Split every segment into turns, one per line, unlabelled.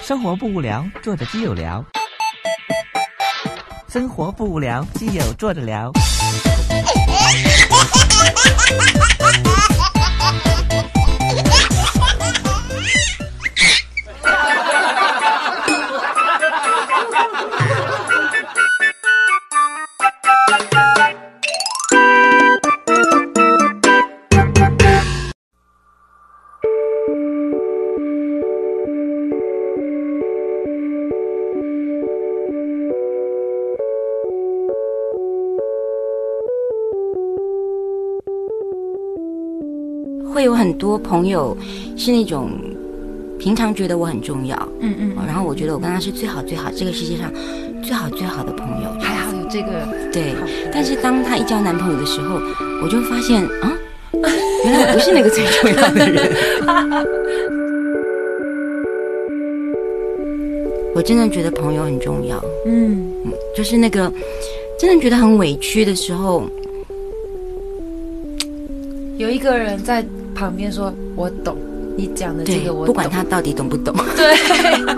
生活不无聊，坐着基友聊。生活不无聊，基友坐着聊。
会有很多朋友是那种平常觉得我很重要，
嗯嗯
然后我觉得我跟他是最好最好这个世界上最好最好的朋友，
还好有这个
对。但是当她一交男朋友的时候，我就发现啊，原来我不是那个最重要的人。 我真的觉得朋友很重要，
嗯，
就是那个真的觉得很委屈的时候，
有一个人在旁边说：“我懂你讲的这
对
个，我，
不
懂。
管他到底懂不懂，
对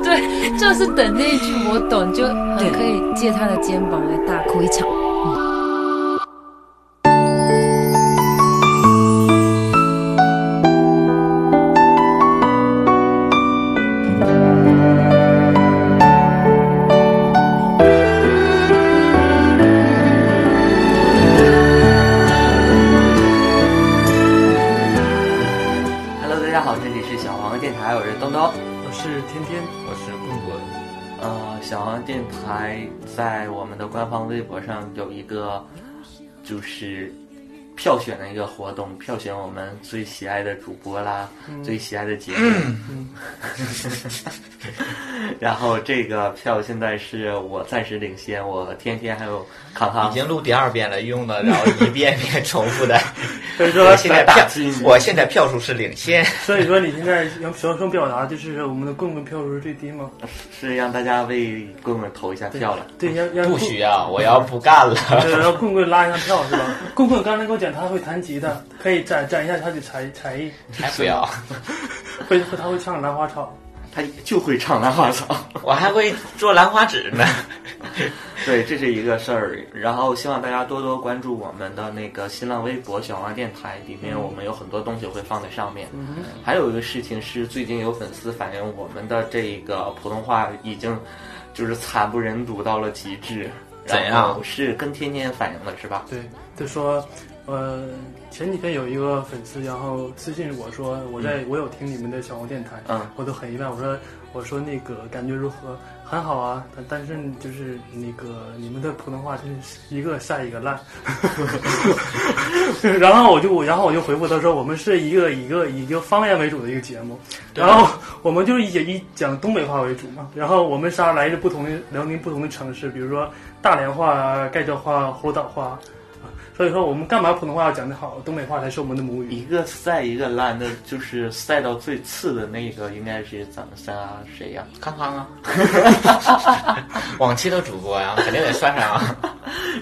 对，就是等那一句“我懂”，就
对
很可以借他的肩膀来大哭一场。
Hello，大家好，这里是小黄电台，我是东东，
我是天天，
我是棍棍。呃，小黄电台在我们的官方微博上有一个就是票选的一个活动，票选我们最喜爱的主播啦，
嗯
最喜爱的节目。 然后这个票现在是我暂时领先，我天天还有康康
已经录第二遍了，用的然后一遍遍重复的。
所以
我
说
现在
打
票
击，
我现在票数是领先。
所以说你现在要小声表达就是我们的棍棍票数是最低吗？
是让大家为棍棍投一下票了。
对，让让
不
棍
需要，我要不干
对，
了。
让棍棍拉一下票是吧？ 棍棍刚才跟我讲他会弹吉他，可以展展一下他的才才艺，
还不 要，
会会他会唱兰花草。
他就会唱兰花草。
我还会做兰花指呢。
对，这是一个事儿。然后希望大家多多关注我们的那个新浪微博“小王电台”，里
嗯
面我们有很多东西会放在上面。还有一个事情是，最近有粉丝反映我们的这个普通话已经就是惨不忍睹到了极致。
怎样
然后是跟天天反映的是吧？
对，就说，呃，前几天有一个粉丝，然后私信我说，我在、我有听你们的小红电台，
嗯
我都很意外，我说我说那个感觉如何？很好啊，但但是就是那个你们的普通话真是一个下一个烂， 然后我就我然后我就回复他说，我们是一个一个以一个方言为主的一个节目，然后我们就是以以讲东北话为主嘛，然后我们仨来自不同的辽宁不同的城市，比如说大连话啊、盖州话、葫芦岛话啊，所以说我们干嘛普通话要讲得好，东北话才是我们的母
一
语。
个赛一个烂的，就是赛到最次的那个应该是咱们仨谁呀、
康康啊， 往期的主播呀、肯定得算上 啊。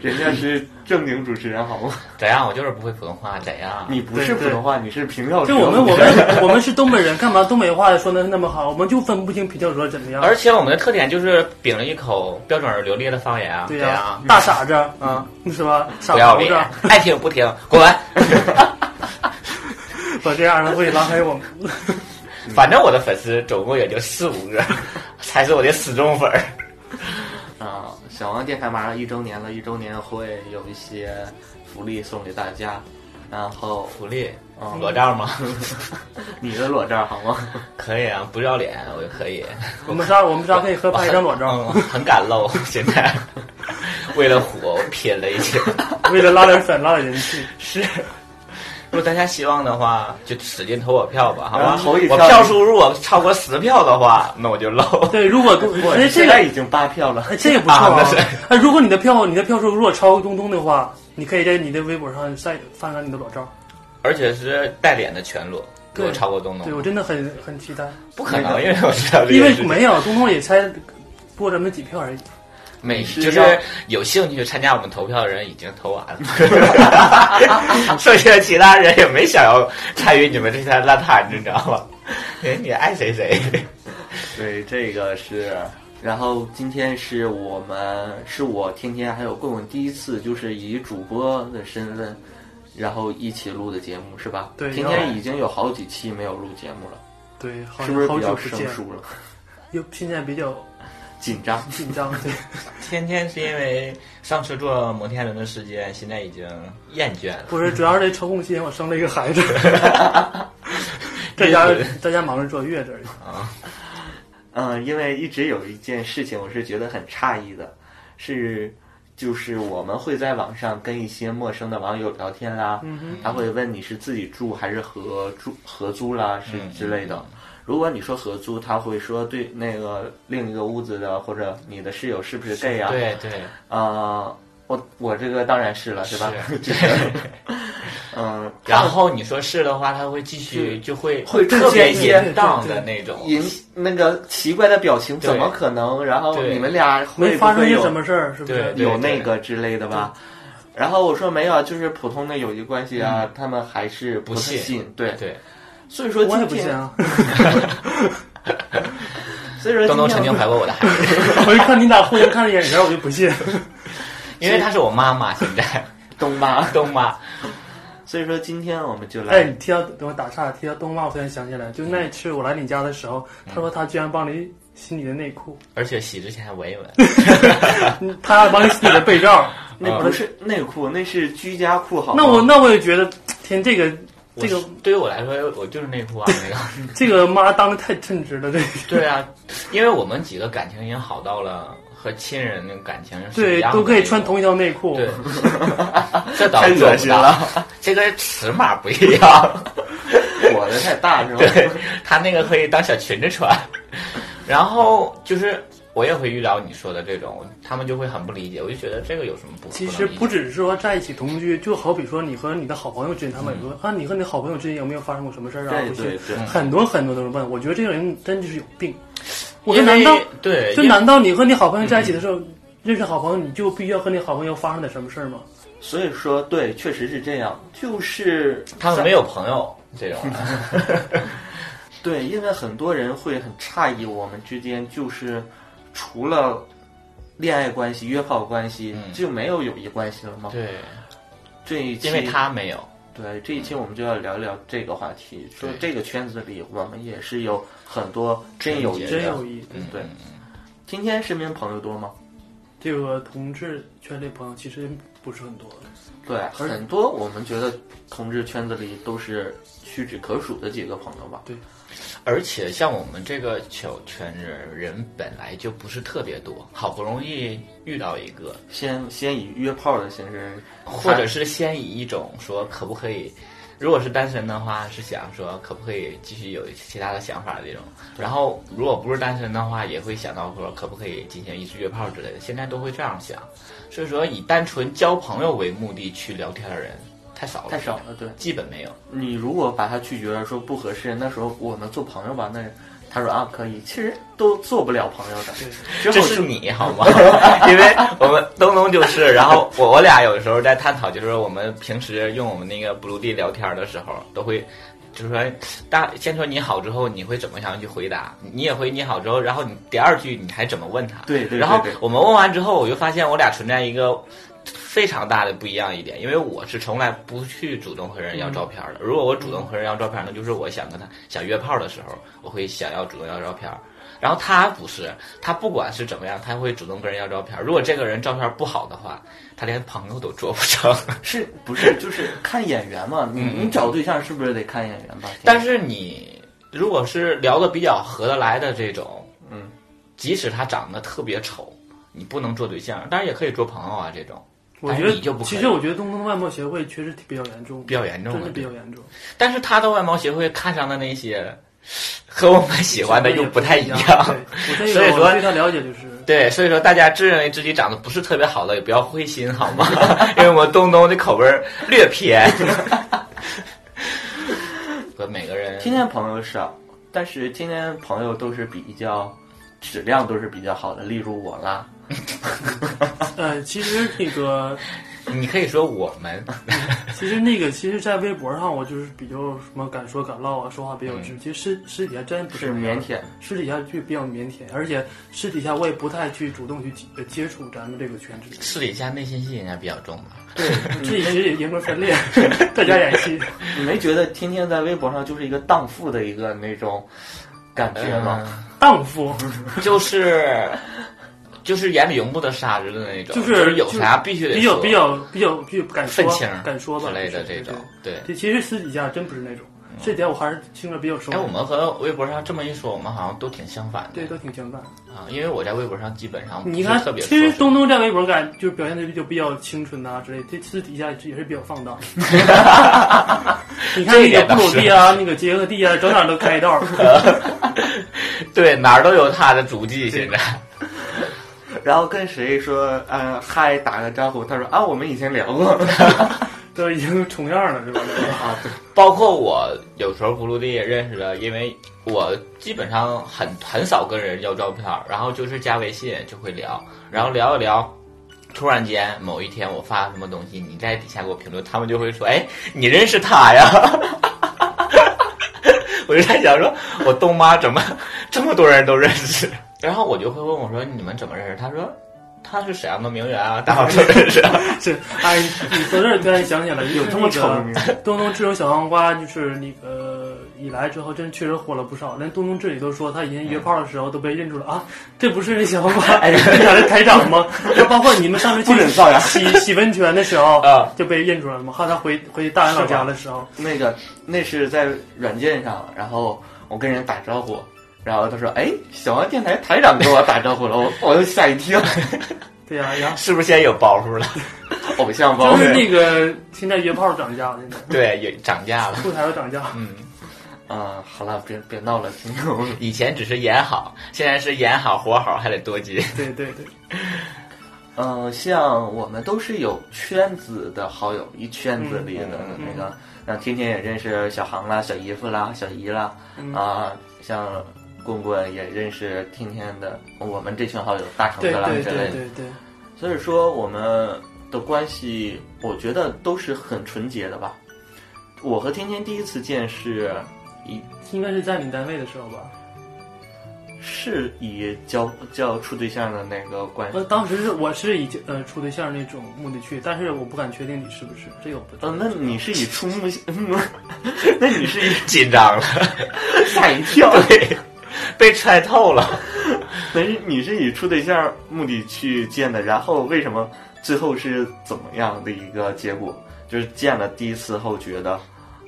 人家是正经主持人好吗？
怎样？我就是不会普通话，怎样？
你不是
对
普
对
通话，你是平翘
就
舌。
我们我们我们是东北人，干嘛东北话说的那么好？我们就分不清皮较舌怎么样。
而且我们的特点就是秉了一口标准而流利的方言啊，
对
怎
呀、
样？
大傻子啊，是吧？傻
不要
猴子
脸，爱听不听，滚！
把这样人会拉黑我们。
反正我的粉丝总共也就四五个，才是我的死忠粉儿。
啊，小王电台马上一周年了，一周年会有一些福利送给大家，然后
福利，
嗯
哦裸照吗？
你的裸照好 吗？
可以啊，不要脸我就可以。
我们仨我们仨可以合拍一张裸照，
嗯，很敢露。 现在为了火，我拼了一下。
为了拉点粉拉点人气。
是，如果大家希望的话，就使劲投我票吧，好吧？
嗯投一票
我票数如果超过十票 的话，那我就露。
对，如果
我
哎这
现
个
在已经八票 了，
哎，这个不错
啊
啊
那是！
哎，如果你的票你的票数如果超过东东的话，你可以在你的微博上晒发上你的裸照。
而且是带脸的全裸，
对
如果超过东
对
东
我，真的很很期待，
不可能，因哦为我知道这个
因为
事情
没有东东也才播咱们几票而已。
美
就
食要
是有兴趣参加我们投票的人已经投完 了，剩下的其他人也没想要参与你们这摊烂摊，你知道吗？哎，你爱谁谁。
对，这个是。然后今天是我们，是我天天还有棍棍第一次，就是以主播的身份，然后一起录的节目是吧？
对
天
然后
天已经有好几期没有录节目了，
对，好
是不是
好
比
久
较
不
生
见，
疏了？
又现在比较
紧张。
紧张，对，
天天是因为上次做摩天轮的时间，现在已经厌倦了。
不是，主要是这抽空期间我生了一 个孩子，在家在家忙着坐月子而已。
嗯，因为一直有一件事情我是觉得很诧异的，是就是我们会在网上跟一些陌生的网友聊天啦，
嗯
他会问你是自己住还是合住合租啦，是之类的。如果你说合租，他会说对那个另一个屋子的或者你的室友是不是 gay 啊？
对对，
呃，我我这个当然是了，是吧？
是
就是 嗯，
然后你说是的话，他会继续就会
会
特别
出
淫
现
荡的那种，
引那个奇怪的表情怎么
对
可能？然后
对
你们俩会
没
不
发生
会
些
有
什么事儿，是不
对
是？
对
有那个之类的吧。然后我说没有啊，就是普通的友谊关系啊，他们还是
嗯不
太
信
信。对，
对，
所以说
我
今
也不信
天，
啊！
所以说
东东
今
曾
天
经怀过我的孩子，
我一看你俩互相看着眼神，我就 不信。
因为她是我妈妈，现在
东妈，
东妈。
所以说今天我们就来，呃
哎，你提到等我打岔，提到冬妈，我突然想起来，就那次我来你家的时候，
嗯
他说他居然帮你洗你的内裤，
而且洗之前还闻一闻，
嗯他还帮你洗你的 被罩。
那不是内裤，那是居家裤，好吗。
那我那我也觉得，天，这个
我
这个
对于我来说，我就是内裤啊，那个。
这个妈当的太称职了，这个
对啊，因为我们几个感情已经好到了和亲人那个感情是一
对
样的，
都可以穿。同一条内裤。
对， 这倒
太
做
恶
不
心
到，
了，
这个尺码不一样。
我的太大是吧？
对他那个可以当小裙子穿。然后就是我也会遇到你说的这种，他们就会很不理解，我就觉得这个有什么不？
其
能
实
理
不
解
只是说在一起同居，就好比说你和你的好朋友之间，他们也
嗯
说、啊，你和你好朋友之间有没有发生过什么事儿啊？
对
不是
对对
很多很多都是问。我觉得这个人真就是有病。我说
因
难
为
道
对，
就
因为
难道你和你好朋友在一起的时候，认识好朋友你就必须要和你好朋友发生点什么事儿吗？
所以说对，确实是这样，就是
他们
在
没有朋友这种啊，
对，因为很多人会很诧异，我们之间就是除了恋爱关系、约炮关系，
嗯
就没有友谊关系了吗？
对，
这一期，
因为他没有。
对这一期我们就要聊聊这个话题，说
对
这个圈子里我们也是有很多真友谊
对
的。
真有意义。
嗯，
对今天身边朋友多吗？
这个同志圈里朋友其实不是很多，
对，很多我们觉得同志圈子里都是屈指可数的几个朋友吧。
而且像我们这个小圈子人本来就不是特别多，好不容易遇到一个，
先先以约炮的形式，
或者是先以一种说可不可以，如果是单身的话，是想说可不可以继续有其他的想法这种。然后如果不是单身的话，也会想到说可不可以进行一次约炮之类的。现在都会这样想，所以说以单纯交朋友为目的去聊天的人太少了，
太少，了。对
基本没有。
你如果把他拒绝了，说不合适，那时候我们做朋友吧，那他说啊可以，其实都做不了朋友的。之
这
后
是
就
你好吗？ 因为我们东东就是，然后我我俩有时候在探讨，就是我们平时用我们那个 blue 地聊天的时候，都会就是说，大先说你好之后，你会怎么样去回答？你也会你好之后，然后你第二句你还怎么问他？
对对对
然后
对
我们问完之后，我就发现我俩存在一个非常大的不一样一点，因为我是从来不去主动和人要照片
嗯
的。如果我主动和人要照片，那就是我想跟他想约炮的时候，我会想要主动要照片。然后他不是，他不管是怎么样，他会主动跟人要照片。如果这个人照片不好的话，他连朋友都做不成。
是不是就是看眼缘嘛？你
嗯
你找对象是不是得看眼缘吧？
但是你如果是聊的比较合得来的这种，
嗯，
即使他长得特别丑，你不能做对象，当然也可以做朋友啊。这种
我
哎
觉得
你就不可以
其实我觉得东东外貌协会确实挺比较严重，
比较严重
真
了
的，比较严重。
但是他的外貌协会看上的那些，和我们喜欢的又不太一样。
对我
所以
这个
说
我对他了解就是，
对，所以说大家自认为自己长得不是特别好的，也不要灰心好 吗？因为我们东东的口味儿略偏，和每个人
天天朋友少，但是天天朋友都是比较质量都是比较好的，例如我啦。
呃，其实那个
你可以说我们，
其实那个，其实，在微博上，我就是比较什么敢说敢唠啊，说话比较
嗯
直。其实私私底下真不
是
那
腼
样
腆，
私底下就比较腼腆，而且私底下我也不太去主动去接接触咱们这个圈 子。
私底下内心戏应该比较重吧？
对，这也是人格分 裂，在家演戏。
你没觉得天天在微博上就是一个荡妇的一个那种感觉
嗯
嗯
吗？
荡 妇，
就是就是眼里容不得沙子的那种，
就
就是有啥必须得
比
说
较比较比较比较敢说
愤青
敢说吧
之类的这种
种。，
对。
对，其实私底下真不是那种，这点我还是性格比较收
哎，我
敛，
们和微博上这么一说，我们好像都挺相反的
对，都挺相反。
啊。因为我在微博上基本上不
你
是
看
特，别
其实
说
东东在微博感就表现的就比较清纯啊呐、之类的，这私底下也是比较放荡。你看
这
那个
一点
布
倒
鲁
是
地啊，那个杰克地啊，整哪都开 一道。
对哪儿都有他的足迹。现在
然后跟谁说，嗯、嗨，打个招呼，他说啊，我们以前聊过。
都已经重样了，是吧？
啊，对，
包括我有时候不陆地也认识的，因为我基本上很很少跟人要照片儿，然后就是加微信就会聊，然后聊一聊。突然间某一天我发什么东西，你在底下给我评论，他们就会说：“哎，你认识他呀？” 我就在想说，我东妈怎么这么多人都认识？然后我就会问我说：“你们怎么认识？”他说：“他是沈阳的名媛啊，大伙儿都认识啊。
是，哎，你说这儿突然想起来，
有这么丑的名字？
东东制有小黄瓜，就是那个以来之后，真确实火了不少。连东东自己都说，他以前
嗯
约炮的时候都被认出来啊，这不是那小黄瓜，这哪是台长吗？就包括你们上次
哎不
去
准造谣
洗洗温泉的时候
啊，
就被认出来了嘛。还有他回回大人老
是吧
家的时候，
那个那是在软件上，然后我跟人打招呼，然后他说，哎，小王电台台长跟我打招呼了，我我就吓一跳，
对呀、然后”
是不是现在有包袱了？
偶像包袱
就是那个现在约炮涨价了，现在
对，也涨价了。
后台又涨价，
嗯。
啊、好了，别别闹了，听众。
以前只是演好，现在是演好活好，还得多 接。
对对对，
嗯、像我们都是有圈子的好友，一圈子里的
嗯
那个，像天天也认识小航啦、小姨夫啦、小姨啦，啊、
嗯
像棍棍也认识天天的， 我们这群好友大橙子
对
啦
对
之类
对
的。
对对。
所以说我们的关系，我觉得都是很纯洁的吧。我和天天第一次见是以
应该是在你单位的时候吧？
是以交交处对象的那个关系
呃，。当时是我是以呃处对象那种目的去，但是我不敢确定你是不是这个我不知道。
嗯，那你是以初木， 那你是以
紧张了，
吓一跳，
对，被揣透了。
那是你是以处对象目的去见的，然后为什么最后是怎么样的一个结果？就是见了第一次后觉得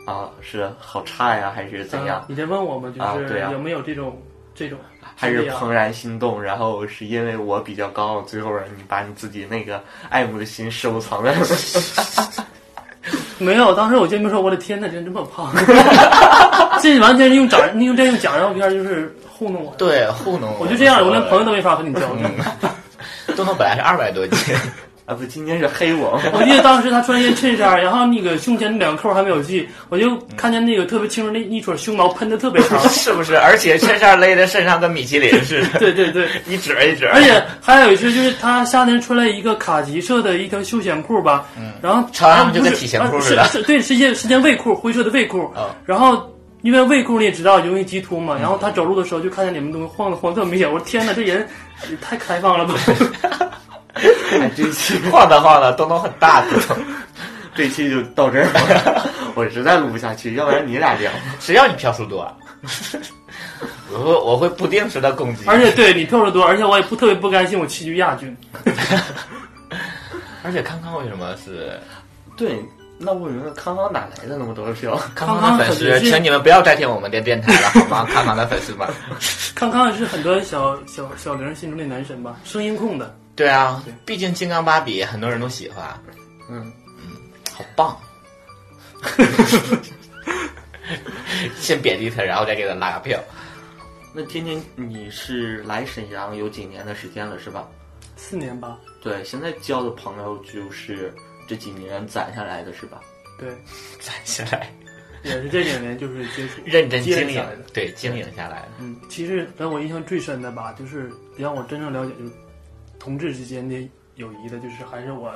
啊是好差呀，嗯还是怎
啊
样？
你在问我吗？
啊
就
对
是
啊
有没有这种这种 啊
还是
这样
怦然心动？然后是因为我比较高傲，最后让你把你自己那个爱慕的心收藏在。
没有？当时我见面说，我的天呐，人这么胖， 这完全是用假用这种假照片就是糊弄我。，
对，糊弄嗯
我就这样，我连朋友都没法和你交 流。
嗯
东东本来是二百多斤，
啊不，今天是黑我。
我记得当时他穿一件衬衫，然后那个胸前那两个扣还没有系，我就看见那个特别清楚那一撮胸毛喷的特别长。
是不是？而且衬衫勒在身上跟米其林似的，
对对对，
一褶一褶。
而且还有一次，就是他夏天穿了一个卡其色的一条休闲裤吧，
嗯
然后
穿上就跟体型裤
啊
似的
是是对，是件是件卫裤，灰色的卫裤
哦。
然后因为卫裤你也知道容易激突嘛，然后他走路的时候就看见你们东西晃的晃特明显，我说天哪，这人也太开放了 吧！
哎 这期
晃荡晃荡，东东很大度。
这期就到这儿吧， 我实在录不下去，要不然你俩聊。
谁让你票数多？啊 我会我会不定时的攻击。
而且对你票数多，而且我也不特别不甘心，我屈居亚军。
而且康康为什么是
对，那我明白康康哪来的那么多票？
康康的
康
粉
康
丝？
很直接
请你们不要再听我们的电台 了，好吗？康康的粉丝们。
康康是很多小小小玲心中的男神吧，声音控的。
对啊
对，
毕竟金刚芭比很多人都喜欢，
嗯
好棒。 先贬低他，然后再给他拉个票。
那天天你是来沈阳有几年的时间了是吧？
四年吧，
对，现在交的朋友就是这几年攒下来的是吧？
对，
攒起来，
也是这两年就是接触
认真经
积累
营
下来的，
对，经营下来的。
嗯，其实让我印象最深的吧，就是让我真正了解就是同志之间的友谊的，就是还是我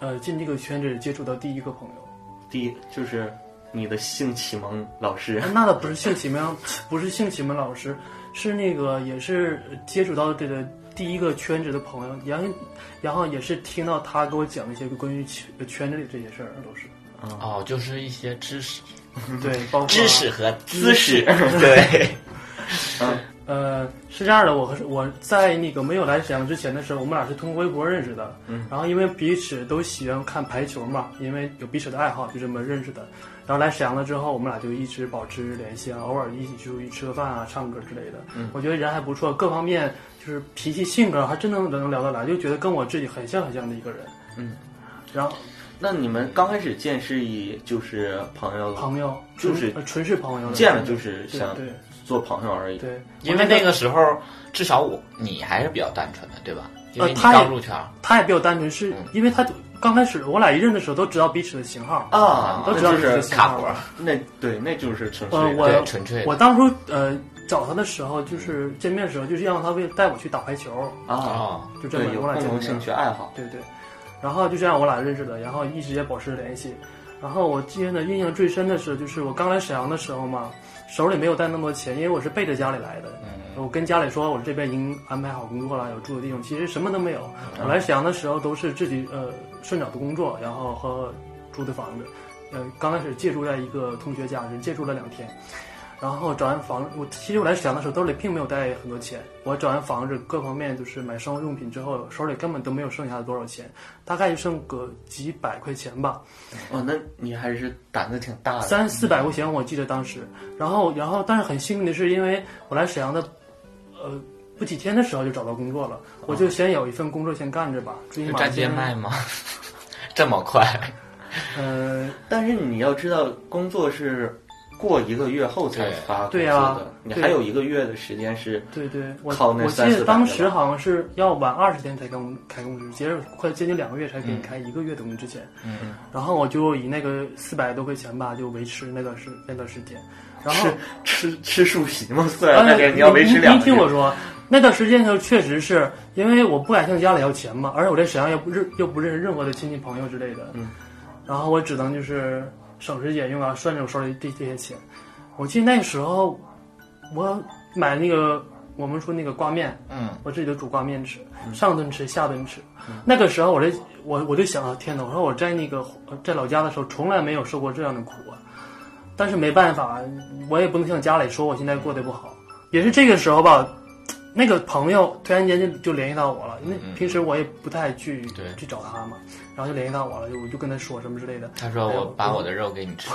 呃进这个圈子接触到第一个朋友，
第一就是你的性启蒙老师，
那倒不是性启蒙，不是性启蒙老师，是那个也是接触到这个第一个圈子的朋友，然后然后也是听到他给我讲一些关于圈圈子里这些事儿，都是
哦，就是一些知识、
对，包括
嗯知识和
姿
姿
势
势， 对，
呃，是这样的，我和我在那个没有来沈阳之前的时候，我们俩是通过微博认识的。嗯。然后因为彼此都喜欢看排球嘛，因为有彼此的爱好，就这么认识的。然后来沈阳了之后，我们俩就一直保持联系啊，偶尔一起出去吃个饭啊、唱歌之类的。嗯。我觉得人还不错，各方面就是脾气、性格还真能能聊得来，就觉得跟我自己很像很像的一个人。
嗯。
然后
那你们刚开始见是以就是朋友
朋友
就是
纯呃纯是朋友，
见了就是想
对
做朋友而已
对。对，
因为那个时候至少我你还是比较单纯的，对吧？因为你
呃他也
刚入圈儿
他也比较单纯，是
嗯
因为他刚开始我俩一认的时候都知道彼此的型号，
啊
都
那
知道
就
彼此的
是
型
卡
号
活儿
了。，
那对，那就是纯
呃
粹
我
对，纯粹的
我当初呃找他的时候，就是见面的时候，就是让他为带我去打排球，
啊，
哦，
就这么
对，有
我俩
共
见
同
面
兴趣爱好。
对对，然后就这样我俩认识的，然后一直也保持联系。然后我记得印象最深的是，就是我刚来沈阳的时候嘛，手里没有带那么多钱，因为我是背着家里来的。
嗯
我跟家里说，我这边已经安排好工作了，有住的地方，其实什么都没有。我来沈阳的时候都是自己呃顺找的工作，然后和租的房子。呃，刚开始借住在一个同学家，人借住了两天。然后找完房，我其实我来沈阳的时候兜里并没有带很多钱，我找完房子各方面就是买生活用品之后，手里根本都没有剩下多少钱，大概就剩个几百块钱吧，
哦，那你还是胆子挺大
啊
的。
三四百块钱我记得当时。然后，然后但是很幸运的是，因为我来沈阳的，呃，不几天的时候就找到工作了，我就先有一份工作先干着吧，最起
就
码
站街
先
卖吗？ 这么快？
呃，
但是你要知道，工作是过一个月后才发工
对
作
啊
的，你
对
还有一个月的时间是
对对，我
靠那
我记
三四
得
百
当
的
时
吧
好像是要晚二十天才开工开工资，截止快接近两个月才给
嗯
你开一个月的工资钱。嗯，然后我就以那个四百多块钱吧，就维持那段时那段时间。然后
吃吃吃树皮吗？虽然
哎，
但是你要维持两
你
个
听我
月。
说，那段时间呢，确实是因为我不敢向家里要钱嘛，而且我在沈阳又不认又不认识任何的亲戚朋友之类的，
嗯，
然后我只能就是省吃俭用啊，算着我手里这这些钱。我记得那时候我买那个我们说那个挂面，
嗯，
我自己就煮挂面吃，上顿吃下顿吃。那个时候我这我我就想啊，天哪！我说我在那个呃在老家的时候从来没有受过这样的苦啊。但是没办法，啊我也不能向家里说我现在过得不好。也是这个时候吧，那个朋友突然间就就联系到我了，因为平时我也不太去
嗯对
去找他嘛，然后就联系到我了，就我就跟他说什么之类的。
他说
哎
我
我
把我的肉给你 吃，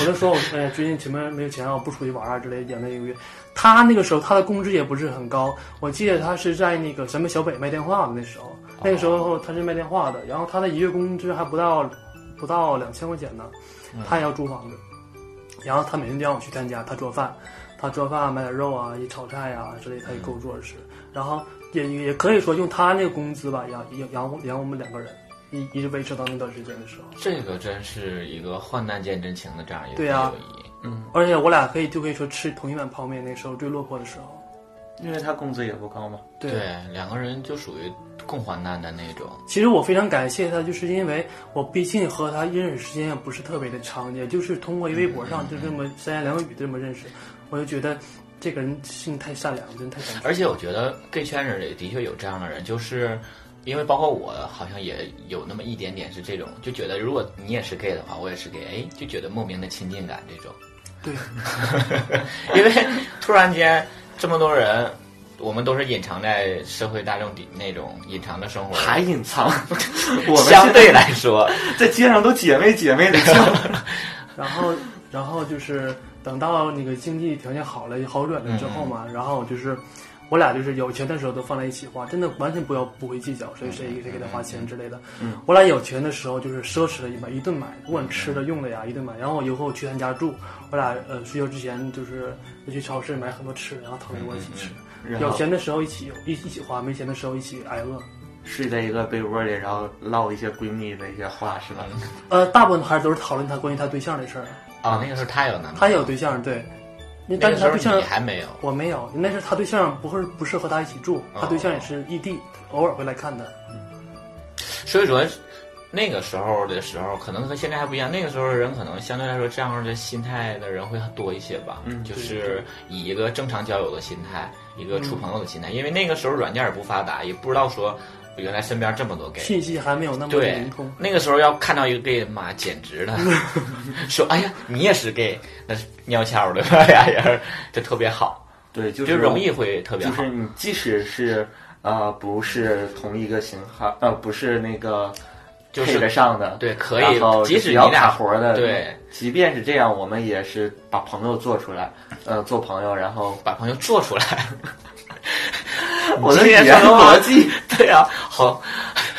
我就说我哎呀，最近前面没有钱啊，我不出去玩啊之类的，演了一个月。他那个时候他的工资也不是很高，我记得他是在那个什么小北卖电话的那时候，那个时候他是卖电话的，然后他的一月工资还不到不到两千块钱呢，他也要租房子，然后他每天就让我去他家，他做饭，他做饭买点肉啊，也炒菜啊之类，他也给我做着吃，然后也也可以说用他那个工资吧，养养养养我们两个人，一一直维持到那段时间的时候。
这个真是一个患难见真情的这样一个
对
友
啊
谊。
而且我俩可以就可以说吃同一碗泡面，那时候最落魄的时候。
因为他工资也不高嘛。
对，
两个人就属于共患难的那种。
其实我非常感谢他，就是因为我毕竟和他认识时间也不是特别的长，也就是通过一微博上就这么三言两语这么认识，我就觉得这个人心太善良，真太感谢。
而且我觉得 gay 圈子里的确有这样的人，就是因为包括我，好像也有那么一点点是这种，就觉得如果你也是 gay 的话，我也是 gay，哎，就觉得莫名的亲近感这 种。
对，
因为突然间这么多人，我们都是隐藏在社会大众底那种隐藏的生活，
还隐藏，我们
相
现
对来说，
在街上都姐妹姐妹的叫，
然后，然后就是等到那个经济条件好了、好转了之后嘛，
嗯
然后就是我俩就是有钱的时候都放在一起花，真的完全不要不会计较谁谁
嗯
谁给他花钱之类的。我俩有钱的时候就是奢侈的一买一顿买，不管吃
嗯
的用的呀一顿买。然后以后去他家住，我俩呃睡觉之前就是去超市买很多吃，的，然后躺在一起
嗯
吃。
然
有
后
钱的时候一起一一起花，没钱的时候一起挨饿。
睡在一个被窝里，然后唠一些闺蜜的一些话，是吧？
呃，大部分还是都是讨论他关于他对象的事儿。
啊、那个时候他有男朋友，
他有对象，对，因为
那
但
个
是他对
时
象
候你还没有。
我没有，那是他对象不是不是和他
哦
一起住，他对象也是异地，偶尔会来看他。
所以说，那个时候的时候，可能和现在还不一样。那个时候的人可能相对来说这样的心态的人会多一些吧，
嗯
就是以一个正常交友的心态，一个处朋友的心态，因为那个时候软件也不发达，也不知道说原来身边这么多 gay。
信息还没有那么
对
灵通，，
那个时候要看到一个 gay，妈简直了，说哎呀你也是 gay，那是鸟悄的， 哎呀呀，就特别好，
对，就
就是容易会特别
就
好。
是你即使是呃不是同一个型号，呃不是那个
就
配
是
得上的，
对可以
然后
即使
只要
你俩
卡活的，嗯
对，
即便是这样，我们也是把朋友做出来，呃，做朋友，然 后
把朋友做出来。
我的
今天
语言
说的话
逻辑
对啊，好，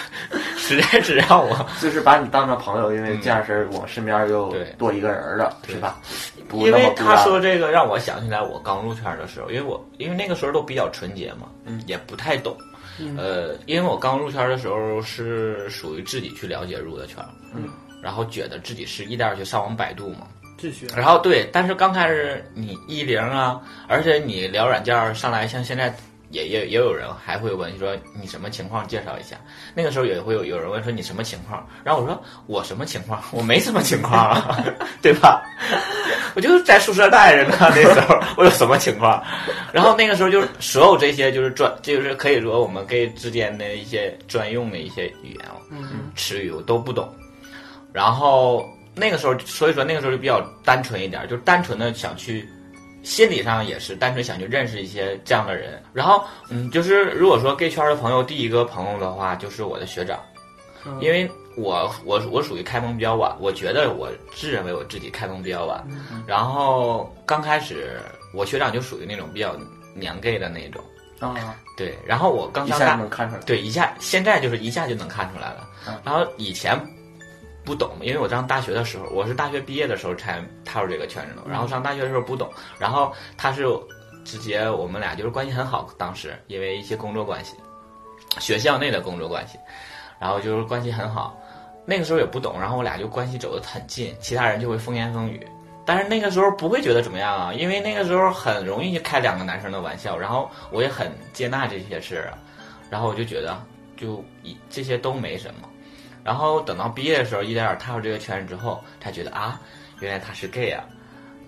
实在是让我，
就是把你当成朋友，因为这样式我身边又
嗯对
多一个人了，是吧？不
因
那么
为
孤
他
单
说这个让我想起来我刚入圈的时候，因为我因为那个时候都比较纯洁嘛，
嗯
也不太懂。呃，因为我刚入圈的时候是属于自己去了解入的圈，
嗯，
然后觉得自己是一点儿去上网百度嘛，
自学。
然后对，但是刚开始你一零啊，而且你聊软件儿上来，像现在也也也有人还会问说你什么情况，介绍一下。那个时候也会有有人问说你什么情况，然后我说我什么情况， 我没什么情况啊， 对吧？我就在宿舍待着呢，那时候 我有什么情况？然后那个时候就是所有这些就是专就是可以说我们 gay 之间的一些专用的一些语言
嗯，
词语我都不懂。然后那个时候，所以说那个时候就比较单纯一点，就单纯的想去，心理上也是单纯想去认识一些这样的人。然后，嗯，就是如果说 gay 圈的朋友，第一个朋友的话，就是我的学长，
嗯
因为我我我属于开蒙比较晚，我觉得我自认为我自己开蒙比较晚。
嗯
然后刚开始，我学长就属于那种比较娘 gay 的那种，
啊，
对。然后我刚
一
上
下
大
就，能看出来，
对，一下现在就是一下就能看出来了。
嗯
然后以前不懂，因为我上大学的时候，我是大学毕业的时候才踏入这个圈子的。然后上大学的时候不懂，然后他是直接我们俩就是关系很好，当时因为一些工作关系，学校内的工作关系，然后就是关系很好。那个时候也不懂，然后我俩就关系走得很近，其他人就会风言风语。但是那个时候不会觉得怎么样啊，因为那个时候很容易就开两个男生的玩笑，然后我也很接纳这些事儿啊，然后我就觉得就一这些都没什么。然后等到毕业的时候，一点点踏入这个圈子之后，才觉得啊，原来他是 gay 啊。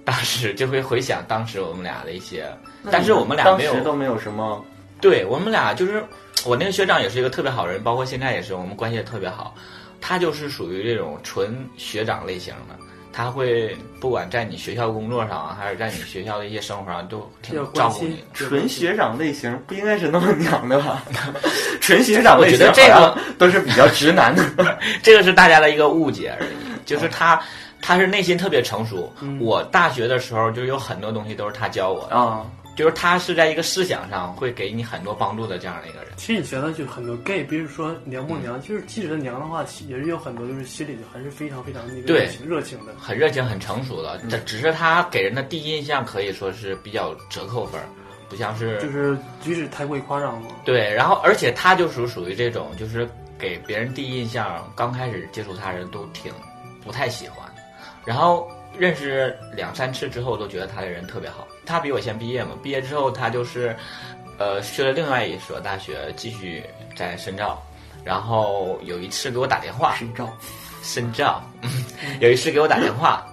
当时就会回想当时我们俩的一些，但是我们俩
当
没有
时都没有什么
对我们俩就是我那个学长也是一个特别好人，包括现在也是，我们关系也特别好。他就是属于这种纯学长类型的，他会不管在你学校工作上啊，还是在你学校的一些生活上，都挺
要
照
关
顾你
心
的。
纯学长类型不应该是那么娘的吧？ 纯学长类
我觉
型
得这
好
个
像都是比较直男的。
这个是大家的 一个误解而已，就是他。他是内心特别成熟。
嗯
我大学的时候就是有很多东西都是他教我的，
啊，
就是他是在一个思想上会给你很多帮助的这样的一个人。
其实你觉得就很多 gay，比如说娘不娘，就是即使是娘的话，也是有很多就是心里还是非常非常那个
对
热情热情的。
很热情、很成熟的，但只是他给人的第一印象可以说是比较折扣分儿，不像是、
就是举止太过于夸张了，
对。然后，而且他就属属于这种，就是给别人第一印象，刚开始接触他人都挺不太喜欢，然后认识两三次之后，都觉得他这人特别好。他比我先毕业嘛，毕业之后他就是，呃，去了另外一所大学，继续在深造。然后有一次给我打电话，
深造，
深圳， 有一次给我打电话，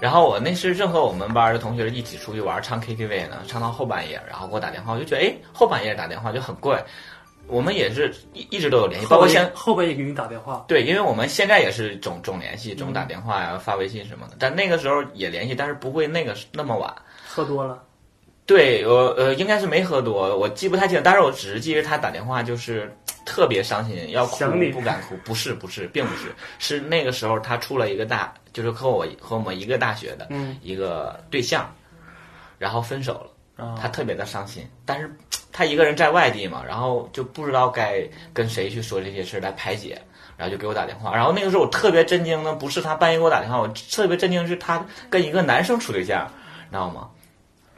然后我那是正和我们班的同学一起出去玩，唱 KTV 呢，唱到后半夜，然后给我打电话，我就觉得哎，后半夜打电话就很怪，我们也是一一直都有联系，包括现在
后边也给你打电话，
对，因为我们现在也是总总联系，
嗯
总打电话呀、发微信什么的，但那个时候也联系，但是不会那个那么晚。
喝多了，
对，我呃应该是没喝多，我记不太清，但是我只是记得他打电话就是特别伤心，要哭
想你
不敢哭，不是不是，并不是，是那个时候他出了一个大，就是和我和我们一个大学的
嗯
一个对象，然后分手了。
哦
他特别的伤心，但是他一个人在外地嘛，然后就不知道该跟谁去说这些事儿来排解，然后就给我打电话。然后那个时候我特别震惊的，不是他半夜给我打电话，我特别震惊是他跟一个男生处对象，你知道吗？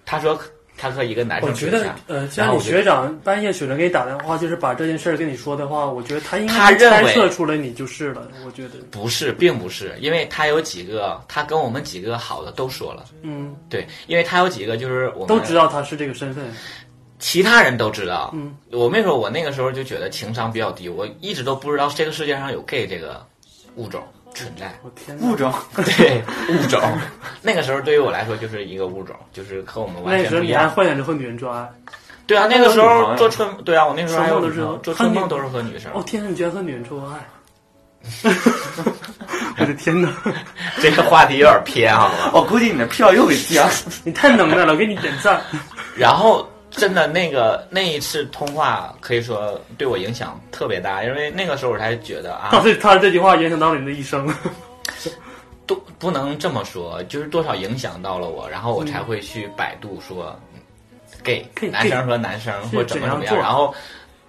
他说他和一个男
我
生处
觉
对
得
象，
呃，既
然
然
后
你
我就
学长半夜雪人给你打电话，就是把这件事儿跟你说的话，我觉得他应
他
该
认为
猜测出来你就是了。我觉得，
不是，并不是，因为他有几个，他跟我们几个好的都说了，
嗯，
对，因为他有几个就是我们
都知道他是这个身份，
其他人都知道。
嗯，
我没说，我那个时候就觉得情商比较低，我一直都不知道这个世界上有 gay 这个物种存在。
我天哪
物种，
对物种， 那个时候对于我来说就是一个物种，就是和我们完
那时
全
候
不一
你还
样。
幻想着会女人抓爱，
对啊，那个时
那个时候
候做春，对啊，我那时候还有
春梦都
女
是
生做
看
春
你
梦都是和女生。
哦天哪，你居然和女人做爱！ 我的天哪，
这个话题有点偏啊好吧？
我估计你的票又给降。
你太能耐了，我给你点赞。
然后真的那个那一次通话，可以说对我影响特别大，因为那个时候我才觉得
他
啊，
这他这句话影响到了你的一生。
都不能这么说，就是多少影响到了我，然后我才会去百度说嗯 gay
gay，
男生和男生
是
或怎么怎么
怎样做
样，然后。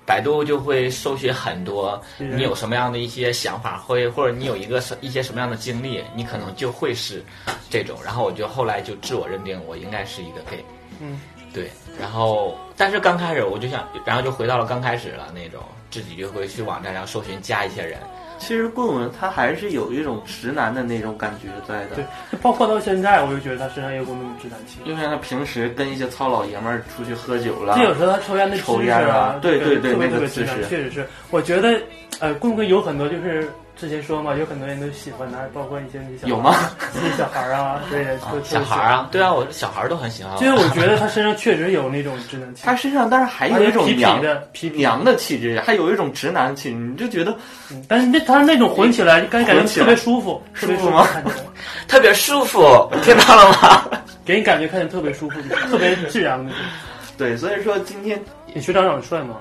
百度就会搜寻很多，
嗯
你有什么样的一些想法，或或者你有一个什一些什么样的经历，你可能就会是这种。然后我就后来就自我认定我应该是一个 gay，
嗯，
对，然后但是刚开始我就想，然后就回到了刚开始了那种，自己就会去网站上搜寻加一些人，
其实棍棍他还是有一种直男的那种感觉在的
对，，包括到现在，我就觉得他身上有股那种直男气。
就像他平时跟一些糙老爷们儿出去喝酒了
这，有时候他抽烟的姿
啊抽
势
烟啊对
对
对对
特别
那个
特别
姿
直男
势
确实是。我觉得，呃，棍棍有很多就是之前说嘛，有很多人都喜欢他，包括一些那些小
有 吗？
一些小孩儿啊，对，都
小孩儿。啊，对啊，我小孩儿都很喜欢
都
我
喜。欢就是我觉得他身上确实有那种直男气，
他身上但是还
而
有
且
一种
痞痞
娘
的痞痞
娘的气质，还有一种直男的气质，你就觉得
嗯但是那他那种混起来，感觉感
混
觉
起
特
来
别舒服，特
舒
别
服
舒服
吗
看着，
特别舒 服，听到了吗？
给人感觉看着特 别舒服，特别自然的那种。
对，所以说今天
你学长长得帅吗？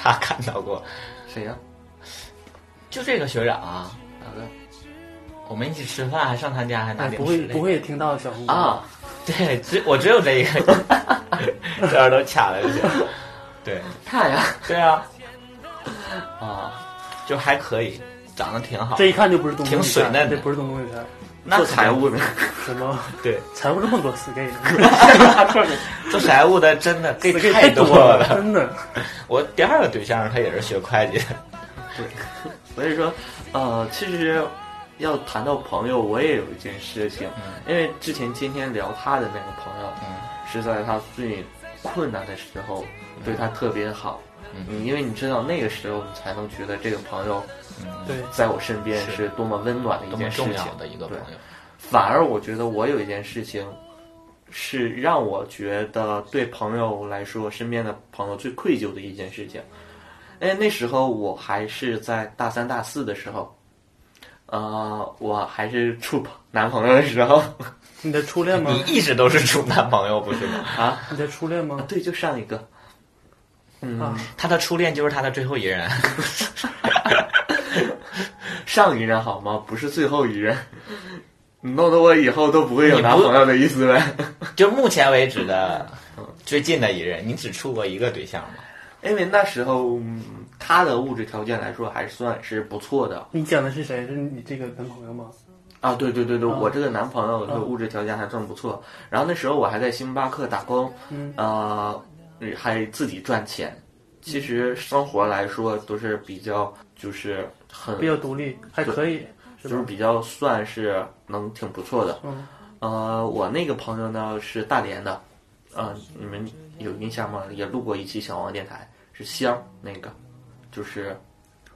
他看到过，
谁呀、
就这个学长啊，
哪个？
我们一起吃饭，还上他家，还拿
哎
零
不
食
会
嘞
不会听到小红
啊？对，只我只有这一 个，这耳朵卡了就行。对
他呀？
对啊，
啊，
就还可以，长得挺好
这，一看就不是东
挺
宫女
水
帅，
嫩的
这不是东宫女帅，
那
做
肯定
财务的，
什么
对。
财务这么多死 gay，
做财务的真 的 gay
死 gay
太
多
了。
真的。
我第二个对象他也是学会计的，
所以说，呃，其实要谈到朋友，我也有一件事情，
嗯
因为之前今天聊他的那个朋友，
嗯
是在他最困难的时候，对他特别好。
嗯
嗯，因为你知道那个时候，你才能觉得这个朋友
嗯，
对，
在我身边
是
是多么温暖的一
多么
件事
重
情
要的一个朋
对
友，
反而我觉得我有一件事情，是让我觉得对朋友来说，身边的朋友最愧疚的一件事情。哎，那时候我还是在大三、大四的时候，呃，我还是处男朋友的时候
你的初恋吗
嗯
你？一直都是处男朋友不是吗？
啊，
你的初恋吗？
对，就上一个，嗯
啊，，
他的初恋就是他的最后一任，
上一任好吗？不是最后一任，你弄得我以后都不会有
你
男
不
朋友的意思呗？
就目前为止的最近的一任，你只处过一个对象吗？
因为那时候、嗯他的物质条件来说还算是不错的，
你讲的是谁？是你这个男朋友吗？
啊，对对对对，
啊
我这个男朋友的
啊
物质条件还算不错，然后那时候我还在星巴克打工，
嗯
呃，还自己赚钱。其实生活来说都是比较，就是很，
比较独立，还可以，是
就是
吧？
比较算是能挺不错的。
嗯，
呃，我那个朋友呢是大连的，呃，你们有印象吗？也录过一期小王电台，是香那个，就是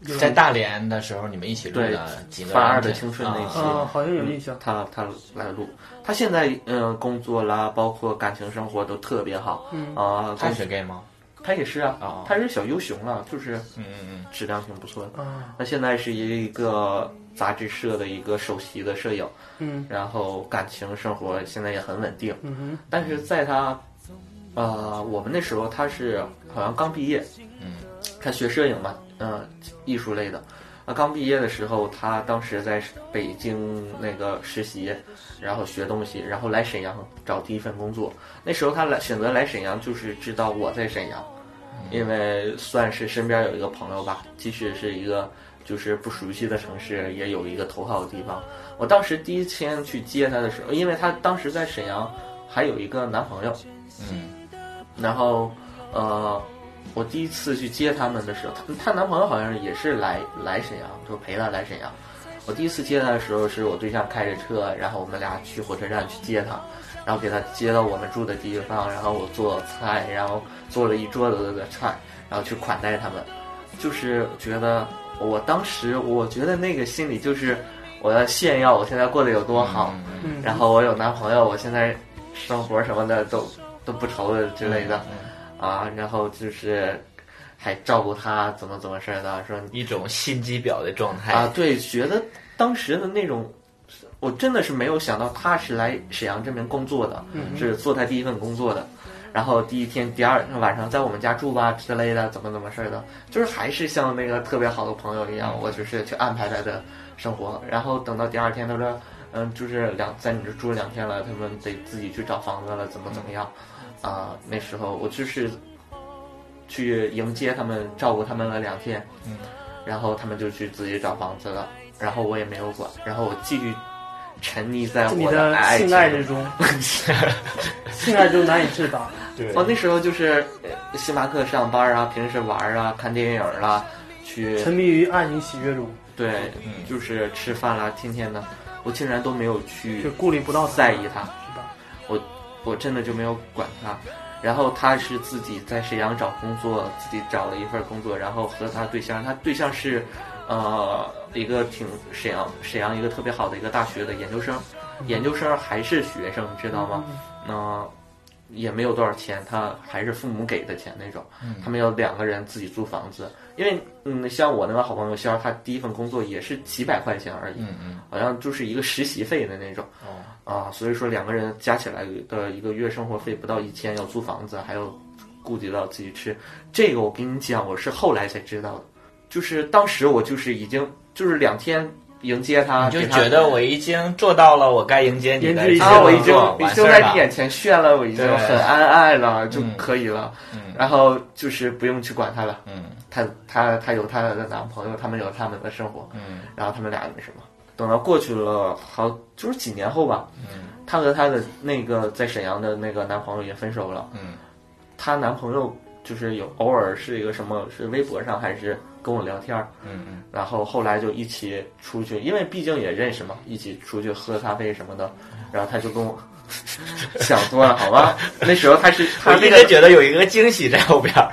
有
在大连的时候，你们一起录的
对
几个
范
人
儿的青春那一期
啊
啊，好像有印象。
嗯他他来录，他现在嗯、呃工作啦，包括感情生活都特别好，
嗯
啊、
他也是 gay 吗？
他也是啊，
哦
他是小优雄了，就是
嗯嗯
质量挺不错的。
啊，
他现在是一个杂志社的一个首席的摄影，
嗯
然后感情生活现在也很稳定。
嗯哼，
但是在他，呃，我们那时候他是好像刚毕业，
嗯，
他学摄影嘛，嗯、艺术类的。啊，刚毕业的时候，他当时在北京那个实习，然后学东西，然后来沈阳找第一份工作。那时候他来选择来沈阳，就是知道我在沈阳，因为算是身边有一个朋友吧，即使是一个就是不熟悉的城市，也有一个头号的地方。我当时第一天去接他的时候，因为他当时在沈阳还有一个男朋友，
嗯嗯，
然后呃，我第一次去接他们的时候，她她男朋友好像也是来来沈阳，就陪她来沈阳。我第一次接她的时候，是我对象开着车，然后我们俩去火车站去接她，然后给她接到我们住的地方，然后我做菜，然后做了一桌子的菜，然后去款待他们，就是觉得我当时我觉得那个心理就是我要炫耀我现在过得有多好，
嗯，
然后我有男朋友，我现在生活什么的都都不愁了之类的，
嗯
啊，然后就是还照顾他怎么怎么事儿的，说
一种心机婊的状态
啊，对，觉得当时的那种，我真的是没有想到他是来沈阳这边工作的，是做他第一份工作的。然后第一天、第二天晚上在我们家住吧之类的，怎么怎么事儿的，就是还是像那个特别好的朋友一样，我就是去安排他的生活。然后等到第二天，他说，嗯，就是两在你这住了两天了，他们得自己去找房子了，怎么怎么样，啊、那时候我就是去迎接他们，照顾他们了两天，然后他们就去自己找房子了，然后我也没有管，然后我继续沉溺在
在你
我的爱情
性爱 之中，性爱中难以自拔。
对
哦我那时候就是呃星巴克上班啊，平时玩啊，看电影啊，去
沉迷于爱情喜悦中，
对，就是吃饭啦、天天的，我竟然都没有去
就顾虑不到他
在意他，
是吧？
我真的就没有管他。然后他是自己在沈阳找工作，自己找了一份工作，然后和他对象，他对象是，呃，一个挺沈阳沈阳一个特别好的一个大学的研究生，研究生还是学生，知道吗？那、也没有多少钱，他还是父母给的钱那种。他们要两个人自己租房子，因为嗯，像我那个好朋友肖，他第一份工作也是几百块钱而已，
嗯嗯，
好像就是一个实习费的那种。
哦，
啊，所以说两个人加起来的一个月生活费不到一千，要租房子，还要顾及到自己吃。这个我跟你讲，我是后来才知道的，就是当时我就是已经就是两天迎接他，
你就
啊给他
觉得我已经做到了我该迎接你
颜
的
值已经
这
啊，
种
我已经
状
已
况
经
完
在
事儿了
你眼前炫了，我已经
对
很安爱了就
嗯
可以了，
嗯
然后就是不用去管他了。
嗯
她她她有她的男朋友，他们有他们的生活，
嗯
然后他们俩那什么，等到过去了好就是几年后吧，
嗯
她和她的那个在沈阳的那个男朋友也分手了。
嗯
她男朋友就是有偶尔是一个什么，是微博上还是跟我聊天儿，
嗯
然后后来就一起出去，因为毕竟也认识嘛，一起出去喝咖啡什么的。然后她就跟我 想多了，好 吧？那时候她是
我
她
一
那
直
个
觉得有一个惊喜在后 边儿。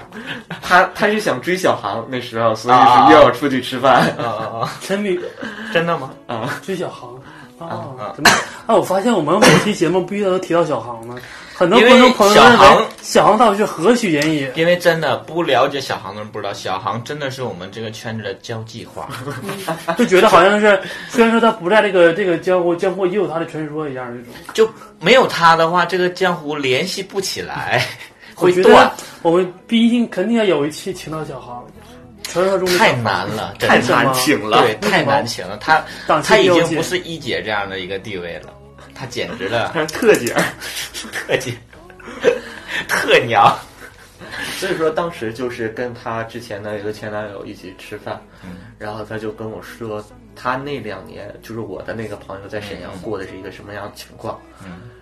她她是想追小航，那时候所以
啊
是约我出去吃饭
啊啊
哦
啊！
沉迷
真的吗？
啊。
追小航啊
啊？
怎么？哎，我发现我们每期节目必须都提到小航呢。很多
因为
观众朋友认
小航
为小航到底是何许人也？
因为真的不了解小航的人不知道，小航真的是我们这个圈子的交际花。啊
就觉得好像是，虽然说他不在这个这个江湖，江湖也有他的传说一样那种。
就没有他的话，这个江湖联系不起 来，
我
会
觉
断
得，我们必定肯定要有一期请到小航，传说中的小
太
航
难了，真
太
的
难请 了，
对，太难请了。他
档期
他
嗯
已
又
经
紧
不是一姐这样的一个地位了，他简直了
她是特姐儿。
特姐，特娘。
所以说当时就是跟她之前的一个前男友一起吃饭，然后她就跟我说，她那两年就是我的那个朋友在沈阳过的是一个什么样的情况，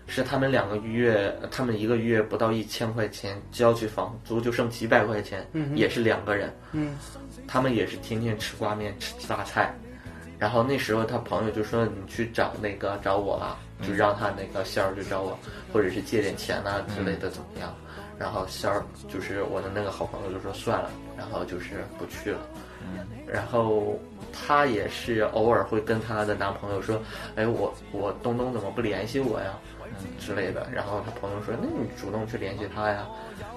是他们两个月，他们一个月不到一千块钱交去房租，就剩几百块钱，也是两个人，
嗯，
他们也是天天吃挂面、吃大菜。然后那时候他朋友就说：“你去找那个找我吧，就让他那个仙儿去找我，或者是借点钱呐、之类的，怎么样？”然后仙儿就是我的那个好朋友就说算了，然后就是不去了。
嗯
然后她也是偶尔会跟她的男朋友说：“哎，我我东东怎么不联系我呀？”
嗯
之类的。然后她朋友说：“那你主动去联系他呀。”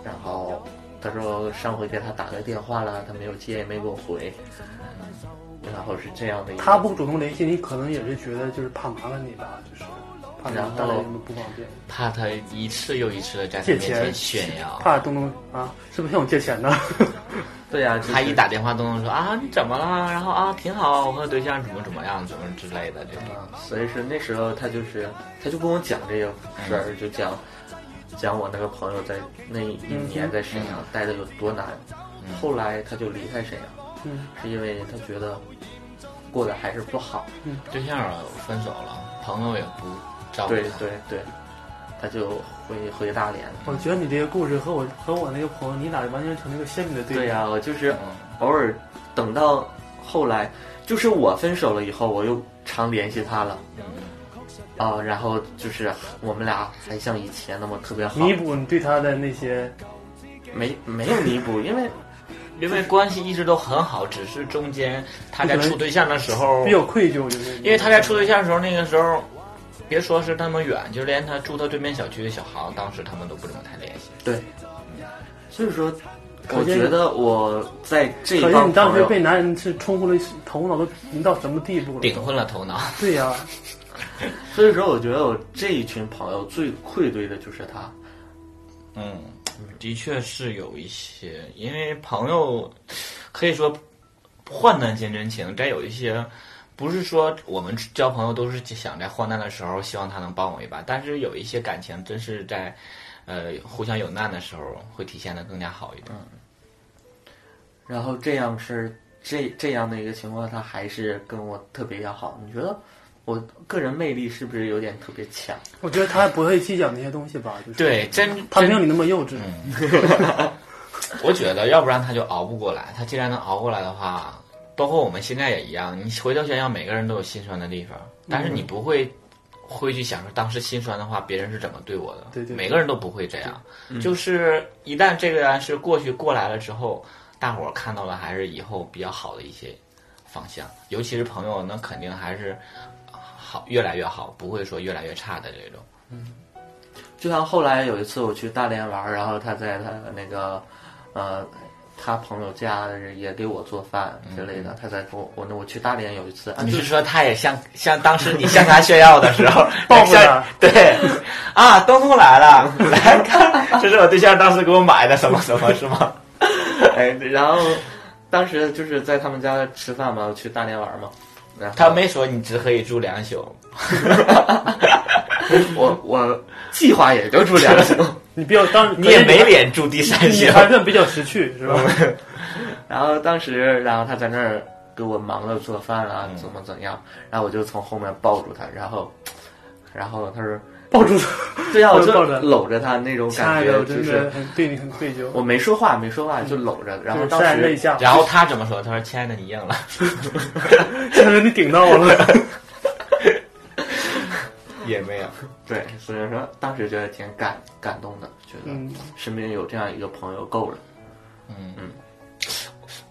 然后她说上回给他打个电话了，他没有接，也没给我回。
嗯
然后是这样的一个，
他不主动联系你，可能也是觉得就是怕麻烦你吧，就是怕你
然后
带来什么不方便，
怕他一次又一次的在他面
借钱
前炫耀，
怕东东啊，是不是向我借钱呢？
对呀、就是
他一打电话都能说啊你怎么了？然后啊挺好，我和对象怎么怎么样，怎么之类的这种。
啊，所以说那时候他就是，他就跟我讲这个事儿，就讲讲我那个朋友在那一年在沈阳待的有多难，后来他就离开沈阳，
嗯
是因为他觉得过得还是不好，
对象儿分手了，朋友也不照顾
对
他。
对对，他就回回大连了。
我觉得你这个故事和我和我那个朋友，你俩完全成了一个鲜明的
对
比。
呀、我就是
嗯
偶尔等到后来，就是我分手了以后，我又常联系他了。啊、然后就是我们俩还像以前那么特别好，
弥补你对他的那些，
没没有弥补，因为
因为关系一直都很好，只是中间他在处对象的时
哦
候
比，较愧疚，就是
因为他在处对象的时候，那个时候，别说是那么远，就连他住他对面小区的小航，当时他们都不怎么太联系。
对，所以说，
可
我
见
觉得我在这一
可见
帮
你当
朋
时
友
被男人是冲昏了头脑，都已经到什么地步了？
顶昏了头脑，
对呀、
所以说，我觉得我这一群朋友最愧对的就是他。
嗯，的确是有一些，因为朋友可以说患难见真情，但有一些不是说我们交朋友都是想在患难的时候希望他能帮我一把，但是有一些感情真是在呃互相有难的时候会体现的更加好一点。
然后这样是这这样的一个情况，他还是跟我特别要好。你觉得我个人魅力是不是有点特别强？
我觉得他不会计较那些东西吧，就是
对，真
他没
真
有你那么幼稚。
嗯
我觉得，要不然他就熬不过来。他既然能熬过来的话，包括我们现在也一样，你回到学校，每个人都有心酸的地方，
嗯
但是你不会会去想说当时心酸的话，别人是怎么对我的。
对对对嗯
每个人都不会这样。就是一旦这个是过去过来了之后，大伙儿看到了还是以后比较好的一些方向，尤其是朋友，那肯定还是好越来越好，不会说越来越差的这种。
就像后来有一次我去大连玩，然后他在他那个呃他朋友家也给我做饭之类的，他在给我我那我去大连有一次，啊
你
就是
说他也像像当时你向他炫耀的时 候
报复他
像对啊，东东来了，来看，这是我对象当时给我买的什么什么，是吗？
哎，然后当时就是在他们家吃饭嘛，我去大连玩 嘛，然后
他没说你只可以住两宿，
我我计划也就住两宿，
你比较当
你也没
脸，
脸住第三
你
宿。
还算比较识趣是吧？
然后当时，然后他在那儿给我忙着做饭啊，
嗯
怎么怎么样，然后我就从后面抱住他，然后，然后他说，
抱住，
对啊，我就
抱着
搂着他那种
亲爱
感
的，
觉，
我
就
真
是
的很对你很愧疚，
我没说话，没说话就搂着，然后
就是
当
潸然泪
时
下，
然后他怎么说？他说：“亲爱的，你硬了，
现在你顶到我了。
也没有。
对，所以说当时觉得挺感感动的，觉得
嗯
身边有这样一个朋友够了。”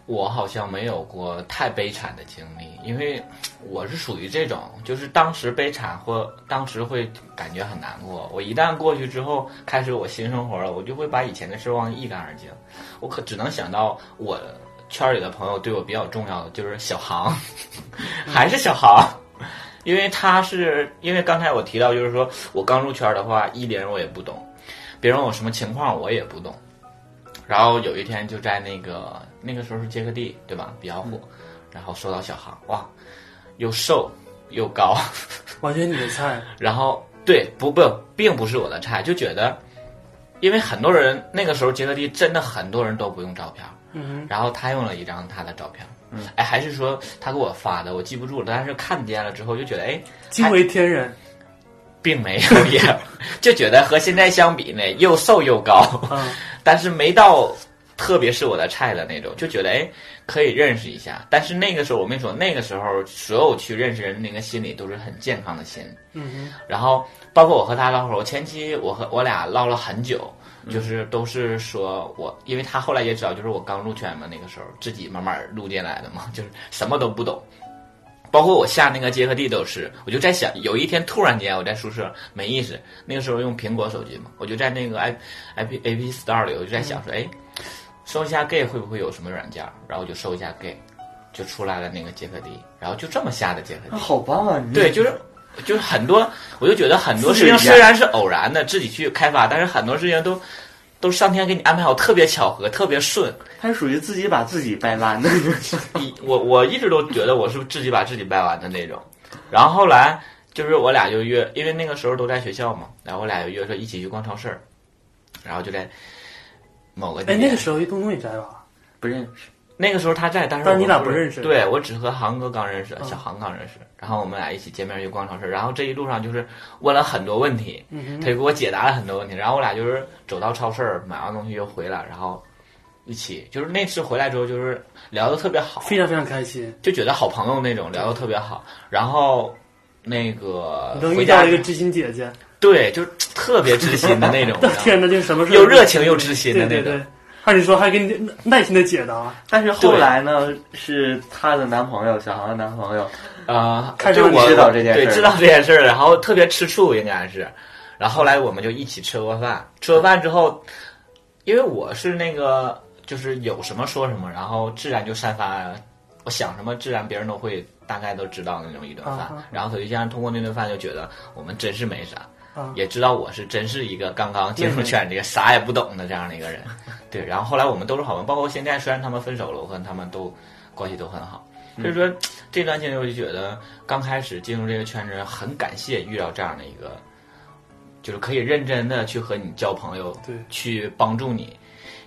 我好像没有过太悲惨的经历，因为我是属于这种，就是当时悲惨或当时会感觉很难过。我一旦过去之后，开始我新生活了，我就会把以前的事忘得一干二净。我可只能想到我圈里的朋友对我比较重要的就是小航， 还是小航。因为他是因为刚才我提到，就是说我刚入圈的话，一别人我也不懂，别人有什么情况我也不懂。然后有一天就在那个那个时候是杰克地对吧，比较火，然后收到小航，哇，又瘦又高，
完全你的菜，
然后对不不，并不是我的菜，就觉得，因为很多人那个时候杰克地真的很多人都不用照片，
嗯
然后他用了一张他的照片，嗯，哎，还是说他给我发的，我记不住了，但是看见了之后就觉得，哎，
哼，惊为天人
并没有也，就觉得和现在相比呢，又瘦又高，
啊！
但是没到特别是我的菜的那种，就觉得哎可以认识一下。但是那个时候我跟你说，那个时候所有去认识人那个心理都是很健康的心。
嗯
然后包括我和他唠会儿，我前期我和我俩唠了很久，就是都是说我，因为他后来也知道，就是我刚入圈嘛，那个时候自己慢慢入进来的嘛， 就是什么都不懂。包括我下那个结合地都是，我就在想，有一天突然间我在宿舍没意识，那个时候用苹果手机嘛，我就在那个 i i p a p store 里，我就在想说，哎，搜一下 gay 会不会有什么软件儿？然后我就搜一下 gay，就出来了那个结合地，然后就这么下的结合地
那。好棒啊！
嗯
你
对，就是就是很多，我就觉得很多事情
自己啊
虽然是偶然的自己去开发，但是很多事情都都上天给你安排好，特别巧合，特别顺。
他属于自己把自己掰弯的，
一我我一直都觉得我是自己把自己掰弯的那种，然后后来就是我俩就约，因为那个时候都在学校嘛，然后我俩就约说一起去逛超市儿，然后就在某个
哎，
地
那
点
个时候东东也啊在吧？
不认识。
那个时候他在，但是
但是
我
你俩
不
不认识
对我只和航哥刚认识，
嗯
小航刚认识，然后我们俩一起见面去逛超市，然后这一路上就是问了很多问题，
嗯
他就给我解答了很多问题，然后我俩就是走到超市买完东西又回来，然后一起就是那次回来之后就是聊得特别好，
非常非常开心，
就觉得好朋友那种，聊得特别好，然后那个
能
回
遇
家
到一个知心姐姐，
对，就是特别知心的那种，你知道吗
天哪，就是什么事儿
又热情又知心的
对对
那种。
对，还是说还给你耐心的解答，啊
但是后来呢，是她的男朋友，小航的男朋友，
啊，
看
就
上
我
知道这件事儿
对，知道这件事儿，然后特别吃醋，应该是。然后后来我们就一起吃过饭，吃过饭之后，因为我是那个就是有什么说什么，然后自然就散发，我想什么自然别人都会大概都知道那种一顿饭。
啊啊
然后他就这样通过那顿饭就觉得我们真是没啥，
啊
也知道我是真是一个刚刚进
嗯
入圈这个啥也不懂的这样的一个人。对，然后后来我们都是好朋友，包括现在虽然他们分手了，我跟他们都关系都很好。所以说，这段经历我就觉得，刚开始进入这个圈子，很感谢遇到这样的一个，就是可以认真的去和你交朋友，
对
去帮助你